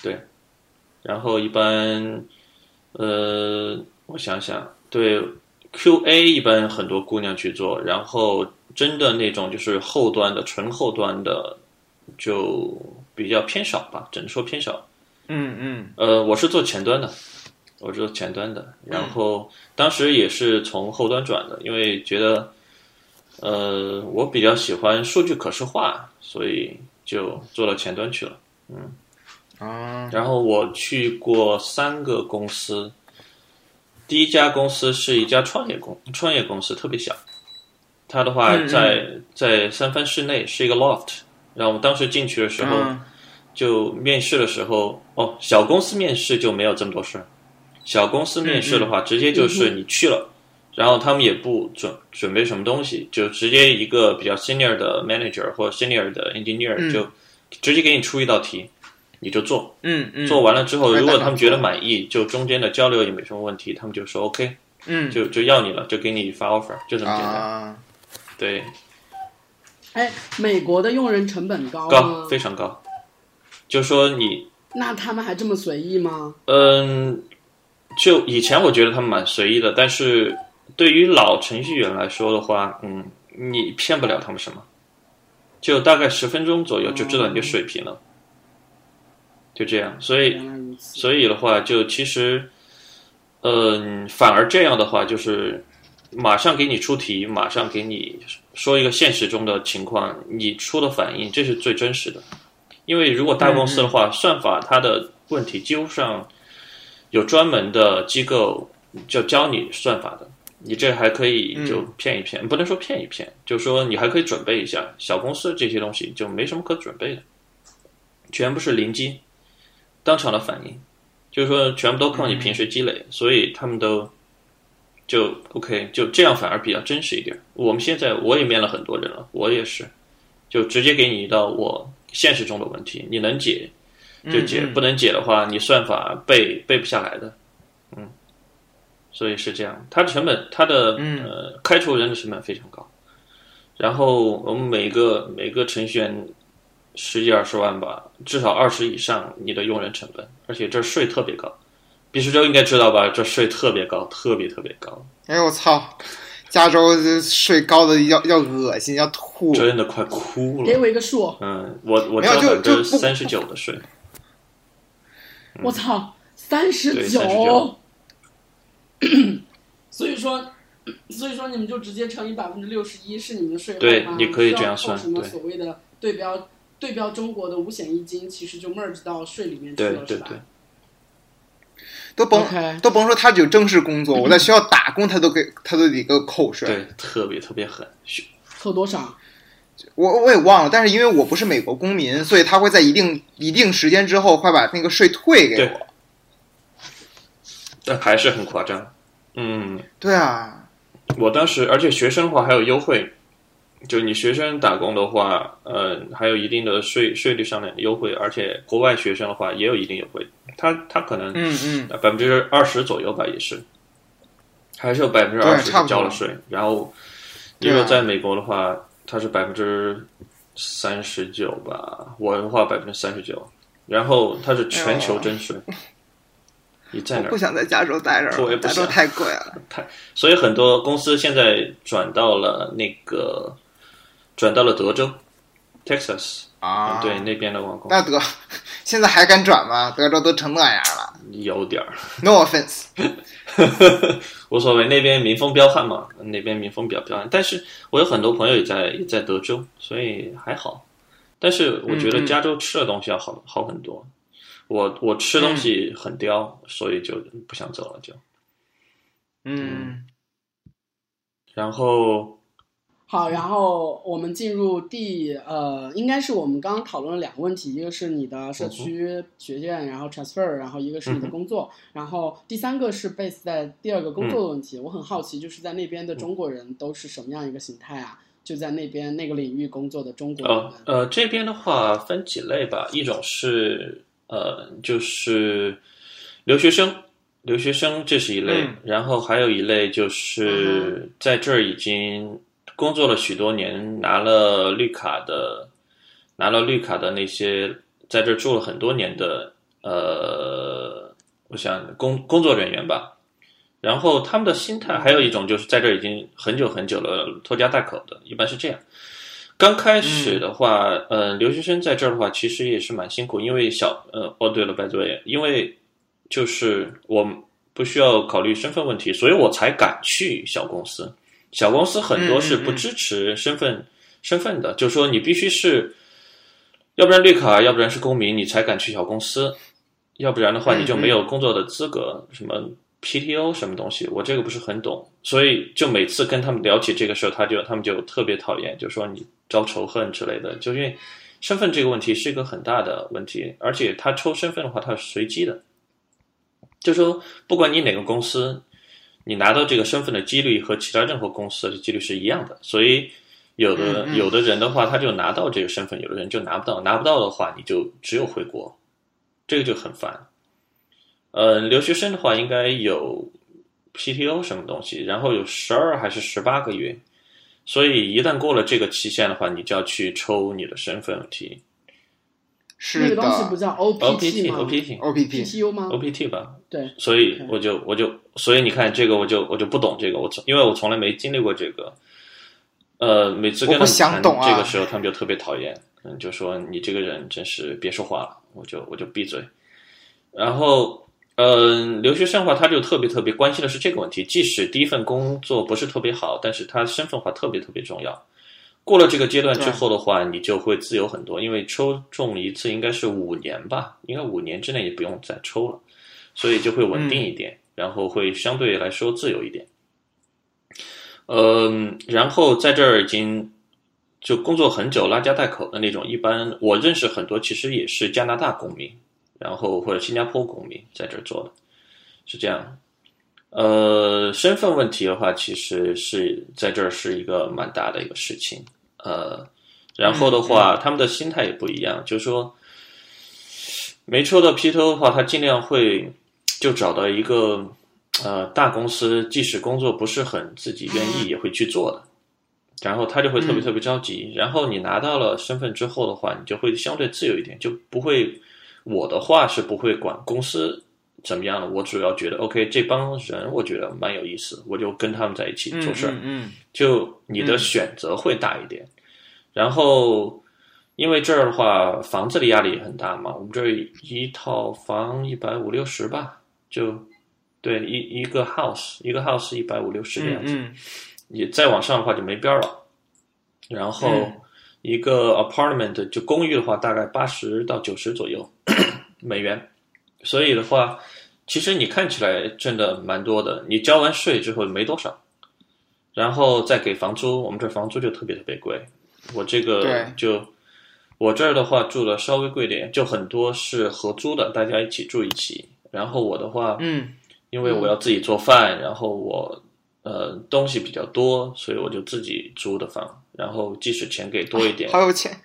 E: 对，然后一般呃，我想想，对 QA 一般很多姑娘去做，然后真的那种就是后端的纯后端的就比较偏少吧，只能说偏少。
D: 嗯嗯
E: 呃，我是做前端的，我是做前端的，
D: 嗯
E: 然后当时也是从后端转的，因为觉得，呃，我比较喜欢数据可视化，所以就做到前端去了。
D: 嗯啊，
E: 然后我去过三个公司，第一家公司是一家创业公创业公司，特别小。它的话
D: 嗯嗯
E: 在在三藩市内是一个 loft，然后我们当时进去的时候，
D: 嗯
E: 就面试的时候，哦，小公司面试就没有这么多事儿。小公司面试的
D: 嗯
E: 话，直接就是你去了，然后他们也不准准备什么东西，就直接一个比较 senior 的 manager 或者 senior 的 engineer、
D: 嗯
E: 就直接给你出一道题，你就做。
D: 嗯嗯，
E: 做完了之后，
D: 哎
E: 如果
D: 那蛮
E: 他们
D: 不
E: 觉得
D: 错
E: 满意，就中间的交流也没什么问题，他们就说 OK，
D: 嗯，
E: 就就要你了，就给你发 offer，就这么简单。
D: 啊，
E: 对，
B: 哎，美国的用人成本
D: 哦
B: 高
E: 高
B: 吗？
E: 非常高，就说你
B: 那他们还这么随意吗？
E: 嗯，就以前我觉得他们蛮随意的，但是对于老程序员来说的话，嗯，你骗不了他们什么，就大概十分钟左右就知道你的水平了，就这样。所以
B: 原来如此。
E: 所以的话，就其实，嗯、反而这样的话，就是马上给你出题，马上给你说一个现实中的情况，你出的反应，这是最真实的。因为如果大公司的话，算法它的问题几乎上有专门的机构就教你算法的，你这还可以就骗一骗，不能说骗一骗，就说你还可以准备一下。小公司这些东西就没什么可准备的，全部是临机，当场的反应，就是说全部都靠你平时积累，所以他们都就 OK，就这样反而比较真实一点。我们现在我也面了很多人了，我也是，就直接给你一道我现实中的问题，你能解就解，
D: 嗯嗯
E: 不能解的话，你算法背背不下来的，嗯，所以是这样，它的成本，它的、
D: 嗯
E: 呃开除人的成本非常高，然后我们每个每个程序员十几二十万吧，至少二十以上你的用人成本，而且这税特别高。毕世洲应该知道吧？这税特别高，特别特别高，
D: 哎呦我操，加州这税高的要要恶心，要吐。
E: 真的快哭
B: 给
E: 了。
B: 我一个数，
E: 嗯，我我
D: 没
E: 交
D: 有
E: 百
D: 就
E: 分之
D: 就不
E: 三十九的税，
B: 我操，三
E: 对
B: 十
E: 39
B: 九。 所以说， 所以说你们就直接乘以百分之六十一是你们的税后
E: 对
B: 吗
E: 你可以这样
B: 需要扣
E: 算
B: 什么
E: 对
B: 所谓的对标对标中国的五险一金，其实就 merge 到税里面去
E: 对
B: 了，
E: 对
B: 是吧？
E: 对，
D: 都甭
B: OK
D: 都甭说他有正式工作，我在学校打工，他都给他都得给我扣税。
E: 嗯对，特别特别狠。嘘
B: 扣多少？
D: 我我也忘了，但是因为我不是美国公民，所以他会在一定一定时间之后会把那个税退给
E: 对
D: 我。
E: 但还是很夸张。嗯，
D: 对啊，
E: 我当时，而且学生的话还有优惠，就你学生打工的话，呃，还有一定的税税率上面的优惠，而且国外学生的话也有一定优惠，他他可能
D: 嗯嗯，
E: 百分之二十左右吧，也是，还是有百分之
D: 对
E: 二十
D: 差不多
E: 交了税。然后，你
D: 对
E: 如果
D: 啊
E: 在美国的话，它是百分之三十九吧，我的话百分之三十九，然后它是全
D: 哦
E: 球征税。你在哪
D: 不
E: 儿？
D: 想在加州待着
E: 我也
D: 了，
E: 不
D: 加
E: 想
D: 州太贵了。
E: 所以很多公司现在转到了那个，转到了德州，Texas，、
D: 啊
E: 对那边的网工
D: 那德现在还敢转吗？德州都成那样了
E: 有点儿
D: ，no offense。
E: 无所谓，那边民风彪悍嘛，那边民风比较彪悍。但是我有很多朋友也在也在德州，所以还好。但是我觉
D: 嗯
E: 得
D: 嗯
E: 加州吃的东西要好、好很多。我我吃东西很刁，所以就不想走了就。
D: 嗯，
E: 然后嗯
B: 好，然后我们进入第呃，应该是我们刚刚讨论了两个问题，一个是你的社区学院，然后 transfer，然后一个是你的
E: 嗯嗯哼
B: 工作，然后第三个是 base 在第二个工
E: 嗯
B: 作的问题。我很好奇，就是在那边的中国人都是什么样一个形态啊？就在那边那个领域工作的中国人
E: 呃
B: 们，
E: 呃，这边的话分几类吧，一种是呃就是留学生，留学生这是一类，
D: 嗯
E: 然后还有一类就是在这儿已经工作了许多年，拿了绿卡的，拿了绿卡的那些在这儿住了很多年的呃，我想工工作人员吧。然后他们的心态还有一种就是在这儿已经很久很久了，拖家带口的，一般是这样。刚开始的话，呃，留学生在这儿的话，其实也是蛮辛苦，因为小，呃，哦，对了，by the way，因为就是我们不需要考虑身份问题，所以我才敢去小公司。小公司很多是不支持身份、身份的，就是说你必须是，要不然绿卡，要不然是公民，你才敢去小公司，要不然的话
D: 嗯
E: 你就没有工作的资格，什么 PTO 什么东西，我这个不是很懂，所以就每次跟他们聊起这个事儿，他就他们就特别讨厌，就说你招仇恨之类的，就因为身份这个问题是一个很大的问题，而且他抽身份的话，它是随机的，就说不管你哪个公司，你拿到这个身份的几率和其他任何公司的几率是一样的，所以有的
D: 嗯嗯
E: 有的人的话，他就拿到这个身份，有的人就拿不到，拿不到的话，你就只有回国，这个就很烦。呃，留学生的话应该有 PTO 什么东西，然后有十二还是十八个月，所以一旦过了这个期限的话，你就要去抽你的身份 T
B: 那
D: 是
B: 个东西不
D: 的
B: 叫
E: OPT
B: OPT 吗
E: OPT
D: ，OPT
B: PTU 吗？
E: OPT 吧，
B: 对，
E: 所以
B: OK
E: 我就我就所以你看这个我就我就不懂这个，我从因为我从来没经历过这个，呃，每次
D: 我
E: 跟他
D: 不
E: 们
D: 想
E: 谈
D: 懂啊
E: 这个时候，他们就特别讨厌，嗯，就说你这个人真是别说话了，我就我就闭嘴。然后，嗯、留学生的话，他就特别特别关心的是这个问题，即使第一份工作不是特别好，但是他身份化特别特别重要。过了这个阶段之后的话，你就会自由很多，因为抽中一次应该是五年吧，应该五年之内也不用再抽了。所以就会稳定一点，然后会相对来说自由一点。嗯，然后在这儿已经就工作很久、拉家带口的那种，一般我认识很多其实也是加拿大公民，然后或者新加坡公民在这儿做的，是这样。呃，身份问题的话，其实是在这儿是一个蛮大的一个事情。呃，然后的
D: 嗯
E: 话，他们的心态也不一样，就是说，没抽到 P 头的话，他尽量会就找到一个呃大公司，即使工作不是很自己愿意，也会去做的。然后他就会特别
D: 嗯
E: 特别着急。然后你拿到了身份之后的话，你就会相对自由一点，就不会。我的话是不会管公司怎么样的，我主要觉得 OK，这帮人我觉得蛮有意思，我就跟他们在一起做事儿。
D: 嗯嗯，
E: 就你的选择会大一点。然后，因为这儿的话，房子的压力也很大嘛，我们这儿一套房一百五六十吧，就对一一个 house 一个 house 一百五六十的样子。
D: 嗯
E: 你再往上的话就没边儿了。然后
D: 嗯
E: 一个 apartment 就公寓的话，大概八十到九十左右美元。所以的话，其实你看起来挣的蛮多的，你交完税之后没多少，然后再给房租，我们这儿房租就特别特别贵。我这个
D: 对
E: 就我这儿的话住的稍微贵点，就很多是合租的，大家一起住一起。然后我的话，
D: 嗯
E: 因为我要自己做饭，然后我呃东西比较多，所以我就自己租的房。然后即使钱给多一点
D: 嗯，，好有钱，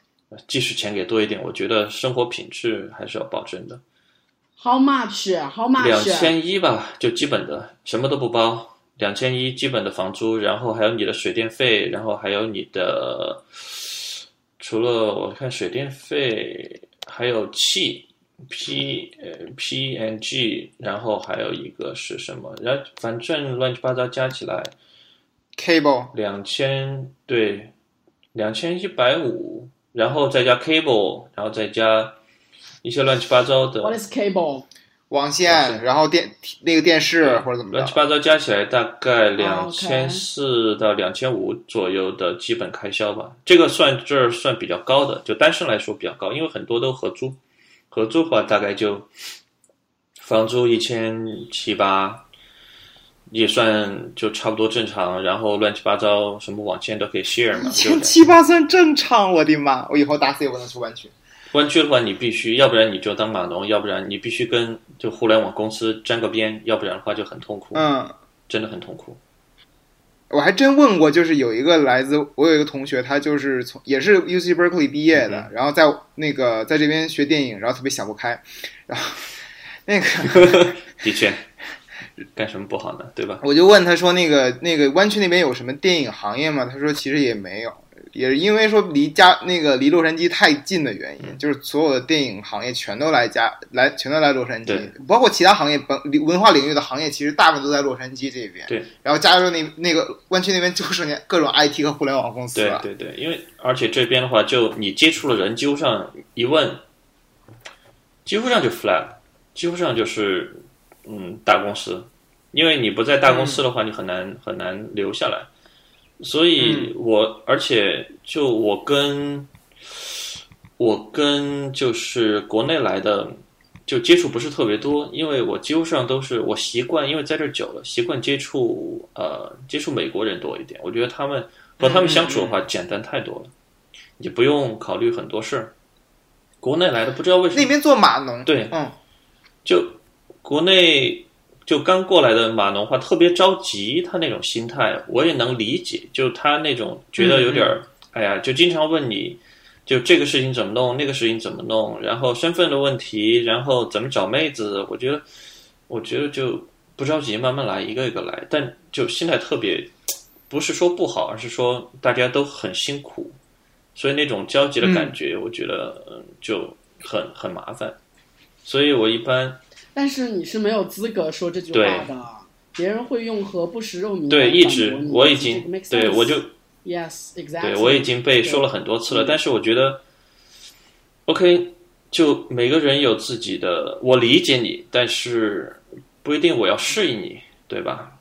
E: 即使钱给多一点，我觉得生活品质还是要保证的。
B: ，How much？How
E: 两
B: much？
E: 千一吧，就基本的，什么都不包。两千一基本的房租，然后还有你的水电费，然后还有你的，除了我看水电费，还有气 P 呃 P N G，然后还有一个是什么？然后反正乱七八糟加起来
D: ，cable，
E: 两千对，两千一百五，然后再加 cable，然后再加一些乱七八糟的。
B: What is cable？
D: 网线，然后电那个电视或者怎么啊
E: 乱七
D: 着，
E: 八糟加起来大概两
B: 哦，OK
E: 千四到两千五左右的基本开销吧。这个算这儿算比较高的，就单身来说比较高，因为很多都合租，合租的话大概就房租一千七八，也算就差不多正常。然后乱七八糟什么网线都可以 share 嘛，
D: 一
E: 就
D: 千
E: 是
D: 七八算正常，我的妈！我以后打死也不能去湾区。
E: 湾区的话，你必须，要不然你就当码农，要不然你必须跟就互联网公司沾个边，要不然的话就很痛苦，
D: 嗯，
E: 真的很痛苦。
D: 我还真问过，就是有一个来自我有一个同学，他就是从也是 UC Berkeley 毕业的，然后在那个在这边学电影，然后特别想不开，然后 那个
E: 的确，干什么不好呢？对吧？
D: 我就问他说那个那个湾区那边有什么电影行业吗？他说其实也没有，也是因为说离家那个离洛杉矶太近的原
E: 嗯
D: 因，就是所有的电影行业全都来家来全都来洛杉矶
E: 对，
D: 包括其他行业本文化领域的行业，其实大部分都在洛杉矶这边。
E: 对，
D: 然后加州那那个湾区那边就剩下各种 IT 和互联网公司
E: 对
D: 了。
E: 对对，因为而且这边的话，就你接触的人，几乎上一问，几乎上就 flag，几乎上就是嗯大公司，因为你不在大公
D: 嗯
E: 司的话，你很难很难留下来。所
D: 嗯
E: 以我，而且就我跟我跟就是国内来的就接触不是特别多，因为我几乎上都是我习惯，因为在这儿久了，习惯接触呃接触美国人多一点。我觉得他们和他们相处的
D: 嗯
E: 话，简单太多了，你不用考虑很多事儿。国内来的不知道为什么
D: 那边做码农，
E: 对
D: 嗯，
E: 就国内就刚过来的码农话特别着急，他那种心态我也能理解，就他那种觉得有点儿，哎呀，就经常问你，就这个事情怎么弄，那个事情怎么弄，然后身份的问题，然后怎么找妹子，我觉得，我觉得就不着急，慢慢来，一个一个来。但就心态特别，不是说不好，而是说大家都很辛苦，所以那种焦急的感觉，我觉得嗯就很很麻烦。所以我一般
B: 但是你是没有资格说这句话的，别人会用“何不食肉糜”
E: 对
B: 来
E: 一
B: 反
E: 直
B: 驳你
E: 我已
B: 这个
E: 经
B: make
E: 对
B: sense
E: 我就
B: yes exactly，
E: 对我已经被说了很多次
B: 嗯
E: 了，但是我觉得，OK，就每个人有自己的，我理解你，但是不一定我要适应你，对吧？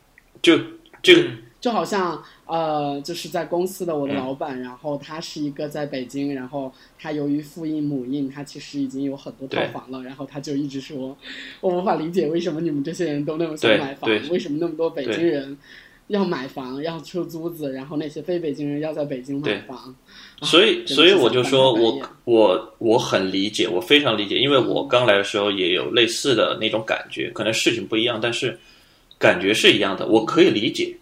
E: 就这个
B: 就好像呃，就是在公司的我的老板，然后他是一个在北京，然后他由于父印母印，他其实已经有很多套
E: 对
B: 房了，然后他就一直说，我无法理解为什么你们这些人都那么想
E: 对
B: 买房
E: 对，
B: 为什么那么多北京
E: 对
B: 人要买房要出租子，然后那些非北京人要在北京买
E: 对
B: 房，
E: 所以，
B: 真的
E: 所以
B: 是
E: 我就说
B: 翻白
E: 我
B: 眼
E: 我我很理解，我非常理解，因为我刚来的时候也有类似的那种感觉，可能事情不一样，但是感觉是一样的，我可以理解，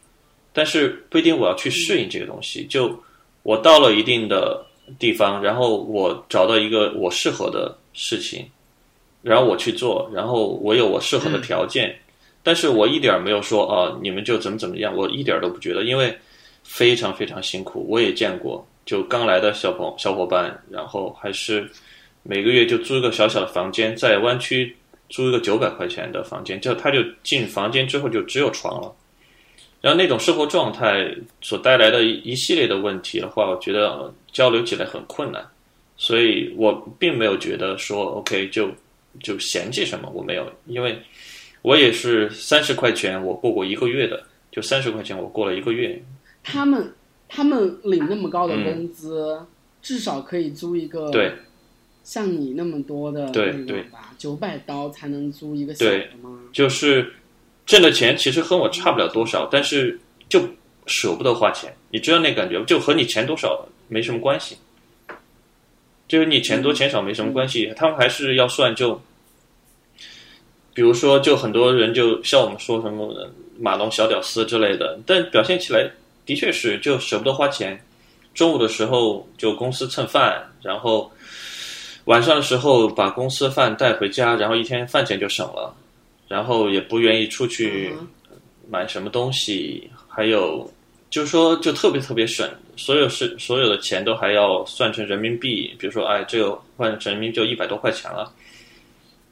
E: 但是不一定我要去适应这个东西。就我到了一定的地方，然后我找到一个我适合的事情，然后我去做，然后我有我适合
B: 嗯
E: 的条件，但是我一点儿没有说啊，你们就怎么怎么样，我一点儿都不觉得，因为非常非常辛苦，我也见过，就刚来的小朋小伙伴，然后还是每个月就租一个小小的房间，在湾区租一个九百块钱的房间，就他就进房间之后就只有床了。然后那种生活状态所带来的一一系列的问题的话，我觉得呃交流起来很困难，所以我并没有觉得说 OK 就就嫌弃什么，我没有，因为我也是三十块钱我过过一个月的，就三十块钱我过了一个月，
B: 他们他们领那么高的工资，至少可以租一个
E: 嗯对，
B: 像你那么多的
E: 对
B: 那
E: 对
B: 种吧，九百刀才能租一个小
E: 对
B: 的吗？
E: 就是挣的钱其实和我差不了多少，但是就舍不得花钱，你知道那感觉，就和你钱多少没什么关系，就是你钱多钱少没什么关系，他们还是要算就。比如说，就很多人就像我们说什么呃马龙小屌丝之类的，但表现起来的确是就舍不得花钱。中午的时候就公司蹭饭，然后晚上的时候把公司饭带回家，然后一天饭钱就省了，然后也不愿意出去
B: 嗯
E: 买什么东西，还有就是说就特别特别省，所有事所有的钱都还要算成人民币，比如说哎，这个换成人民币就一百多块钱了，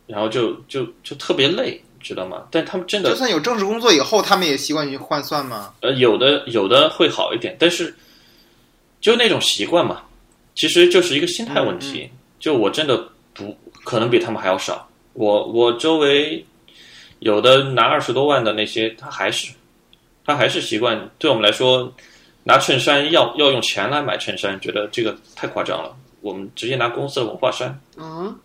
E: 然后就就就特别累，知道吗？但他们真的
D: 就算有正式工作以后，他们也习惯于换算吗？
E: 呃，有的有的会好一点，但是就那种习惯嘛，其实就是一个心态问题。就我真的不可能比他们还要少，我我周围有的拿二十多万的那些，他还是他还是习惯，对我们来说，拿衬衫要要用钱来买衬衫，觉得这个太夸张了。我们直接拿公司的文化衫，
B: 啊，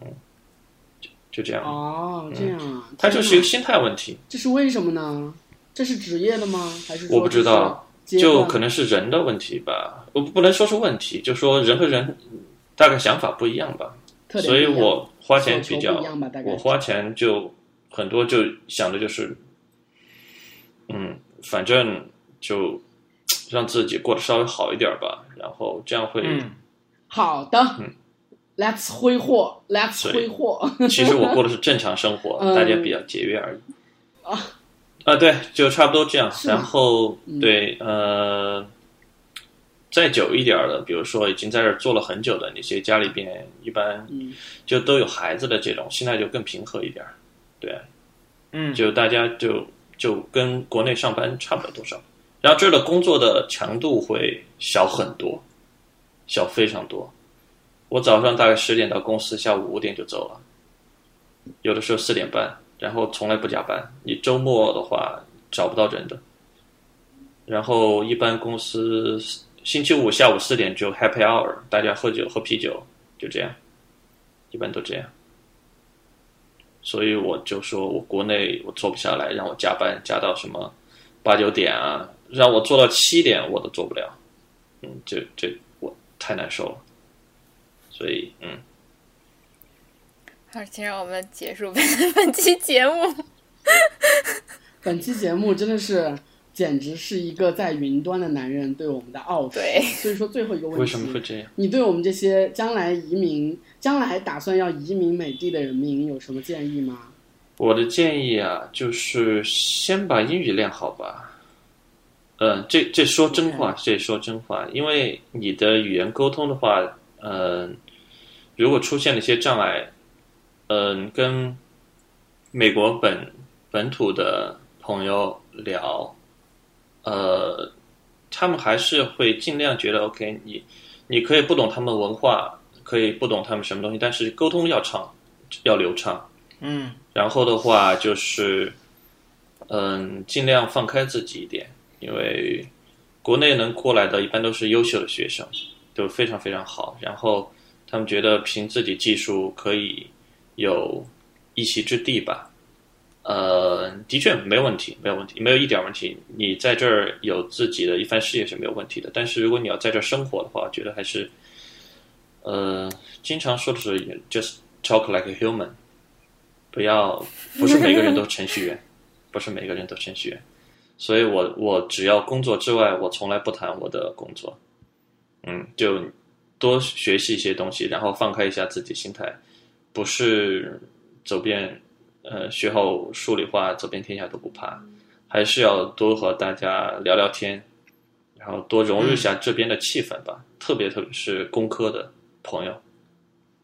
E: 就这样。
B: 哦，这样啊，
E: 它嗯就是一个
B: 天
E: 心态问题，
B: 哪这是为什么呢？这是职业的吗？还是说
E: 我不知道
B: 这是阶段，
E: 就可能是人的问题吧，我不能说是问题，就说人和人大概想法不一样吧，
B: 特点
E: 所以
B: 不一样
E: 我花钱
B: 所
E: 比
B: 求
E: 较
B: 不一样吧大，概
E: 我花钱就很多就想的就是，嗯，反正就让自己过得稍微好一点吧，然后这样会，
B: 嗯
D: 嗯
B: 好的，Let's 挥霍，Let's
E: 嗯对
B: 挥霍，
E: 其实我过的是正常生活，
B: 嗯哦
E: 大家比较节约而已。啊，对，就差不多这样。
B: 是吗嗯
E: 然后对，呃，再久一点儿的，比如说已经在这儿做了很久的那些家里边，一般
B: 嗯
E: 就都有孩子的这种，心态就更平和一点儿。对，
D: 嗯
E: 就大家就就跟国内上班差不了多少。然后这儿的工作的强度会小很多，小非常多。我早上大概十点到公司，下午五点就走了，有的时候四点半，然后从来不加班。你周末的话找不到人的。然后一般公司星期五下午四点就 Happy Hour，大家喝酒喝啤酒，就这样，一般都这样。所以我就说我国内我做不下来，让我加班加到什么八九点啊，让我做到七点我都做不了，嗯，这这我太难受了，所以嗯，
C: 好，请让我们结束本 本期节目。
B: 本期节目真的是。简直是一个在云端的男人对我们的傲视
C: 对。
B: 所以说最后一个问题，
E: 为什么会这样？
B: 你对我们这些将来移民、将来打算要移民美帝的人民有什么建议吗？
E: 我的建议啊，就是先把英语练好吧。嗯，这这说真话，这说真话，因为你的语言沟通的话，嗯，如果出现了一些障碍，嗯，跟美国本本土的朋友聊，呃，他们还是会尽量觉得 OK，你你可以不懂他们文化，可以不懂他们什么东西，但是沟通要畅，要流畅。
D: 嗯，
E: 然后的话就是，嗯，尽量放开自己一点，因为国内能过来的一般都是优秀的学生，都非常非常好。然后他们觉得凭自己技术可以有一席之地吧。呃，的确没问题，没有问题，没有一点问题。你在这儿有自己的一番事业是没有问题的。但是如果你要在这儿生活的话，我觉得还是，呃，经常说的是 just talk like a human，不要，不是每个人都程序员， 不是每个人都程序员。所以我我只要工作之外，我从来不谈我的工作。嗯，就多学习一些东西，然后放开一下自己心态，不是走遍呃学好数理化，走遍天下都不怕，还是要多和大家聊聊天，然后多融入一下这边的气氛吧，特别特别是工科的朋友，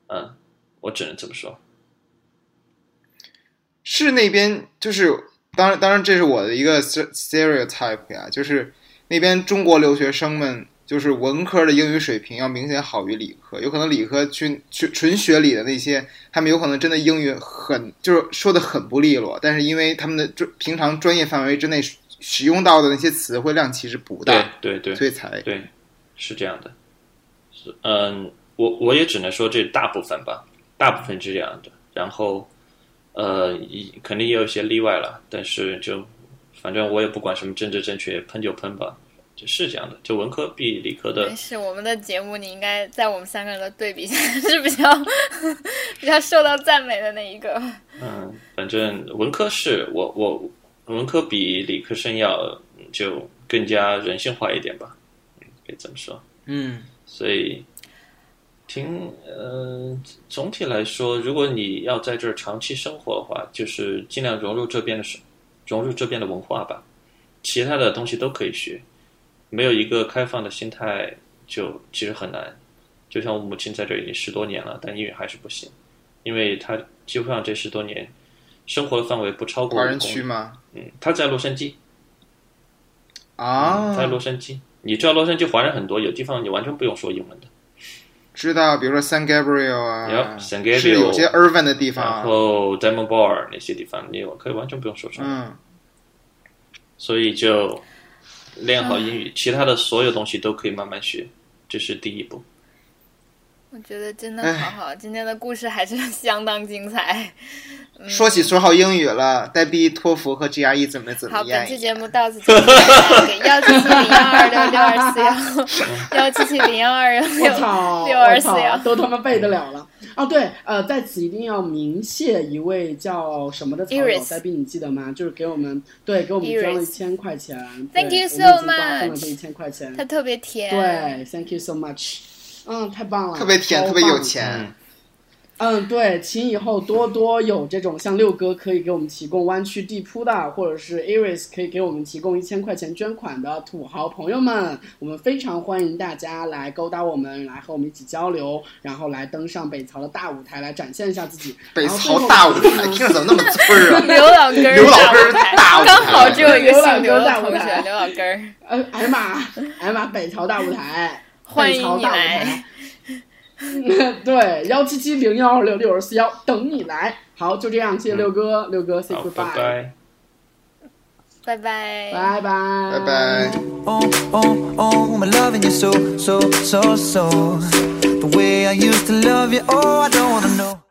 E: 嗯，我只能这么说。
D: 是那边就是，当然当然这是我的一个 stere- stereotype 呀、就是那边中国留学生们就是文科的英语水平要明显好于理科，有可能理科去去纯学理的那些，他们有可能真的英语很就是说的很不利落，但是因为他们的专平常专业范围之内使使用到的那些词汇量其实不
E: 对
D: 大，
E: 对对，
D: 所以才
E: 对，是这样的。是嗯，我我也只能说这大部分吧，大部分是这样的。然后，呃，一肯定也有一些例外了，但是就反正我也不管什么政治正确，喷就喷吧，就是这样的。就文科比理科的
C: 没事，我们的节目你应该在我们三个人的对比下是比较 比较受到赞美的那一个。
E: 嗯，反正文科是我我文科比理科生要就更加人性化一点吧，嗯，可以这么说。
D: 嗯
E: 所以挺呃，总体来说，如果你要在这儿长期生活的话，就是尽量融入这边的生，融入这边的文化吧，其他的东西都可以学，没有一个开放的心态就其实很难。就像我母亲在这儿已经十多年了，但英语还是不行，因为她基本上这十多年生活的范围不超过
D: 华人
E: 公
D: 区吗？
E: 嗯，她在洛杉矶，
D: 啊，
E: 嗯在洛杉矶，你知道洛杉矶华人很多，有地方你完全不用说英文的。
D: 知道，比如说 San Gabriel 啊
E: Yep，San Gabriel
D: 是有些 urban 的地方
E: 然
D: 啊，
E: 后 Diamond Bar 那些地方，你我可以完全不用说中文，
D: 嗯，
E: 所以就练好英语，其他的所有东西都可以慢慢学，这是第一步。
C: 我觉得真的好好，今天的故事还是 相当精彩。
D: 说起说好英语了，代币、托福和 GRE 怎么怎么
C: 好，
D: 样？
C: 本期节目到此结束， 给幺七七零幺二六六二四幺，幺七七零幺二 六
B: 我
C: 六
B: 操，
C: 六
B: 我
C: 二四
B: 操
C: 幺，。
B: 都他妈背得了了啊！对，呃，在此一定要鸣谢一位叫什么的草友
C: Iris
B: 呆逼，你记得吗？就是给我们对给我们捐了
C: Iris
B: 一千块钱
C: Thank
B: 对
C: you
B: 我们已
C: so
B: 经瓜分了
C: much
B: 这一千块钱，
C: 它特别甜。
B: 对，Thank you so much，嗯，太棒了，
D: 特别甜，
B: 超
D: 特别有
B: 棒
E: 嗯
D: 钱。
B: 嗯，对，请以后多多有这种像六哥可以给我们提供湾区地铺的，或者是 Iris 可以给我们提供一千块钱捐款的土豪朋友们，我们非常欢迎大家来勾搭我们，来和我们一起交流，然后来登上北曹的大舞台，来展现一下自己。
D: 北
B: 然后最
D: 朝
B: 后
D: 大舞
B: 一
D: 台，
B: 定呢
D: 听着怎么那么村 儿啊？
C: 刘老根儿，
D: 刘老根儿大
C: 大
D: 舞台
C: 舞台刚好只有一个姓刘的同学，刘老根儿，
B: 呃，哎呀妈，哎呀妈，北朝大舞台，
C: 欢
B: 北
C: 迎
B: 朝
C: 你
B: 大舞
C: 来
B: 台。 对，幺七七零幺二六六二四幺，等你来。好，就这样，谢谢六哥，六哥 say
E: 好，拜
B: goodbye，
E: 拜。
C: 拜拜。
B: 拜拜，
D: 拜
B: 拜
D: 拜。
A: oh, oh, oh, I'm loving you so, so, so, so. The way I used to love you, oh, I don't wanna know.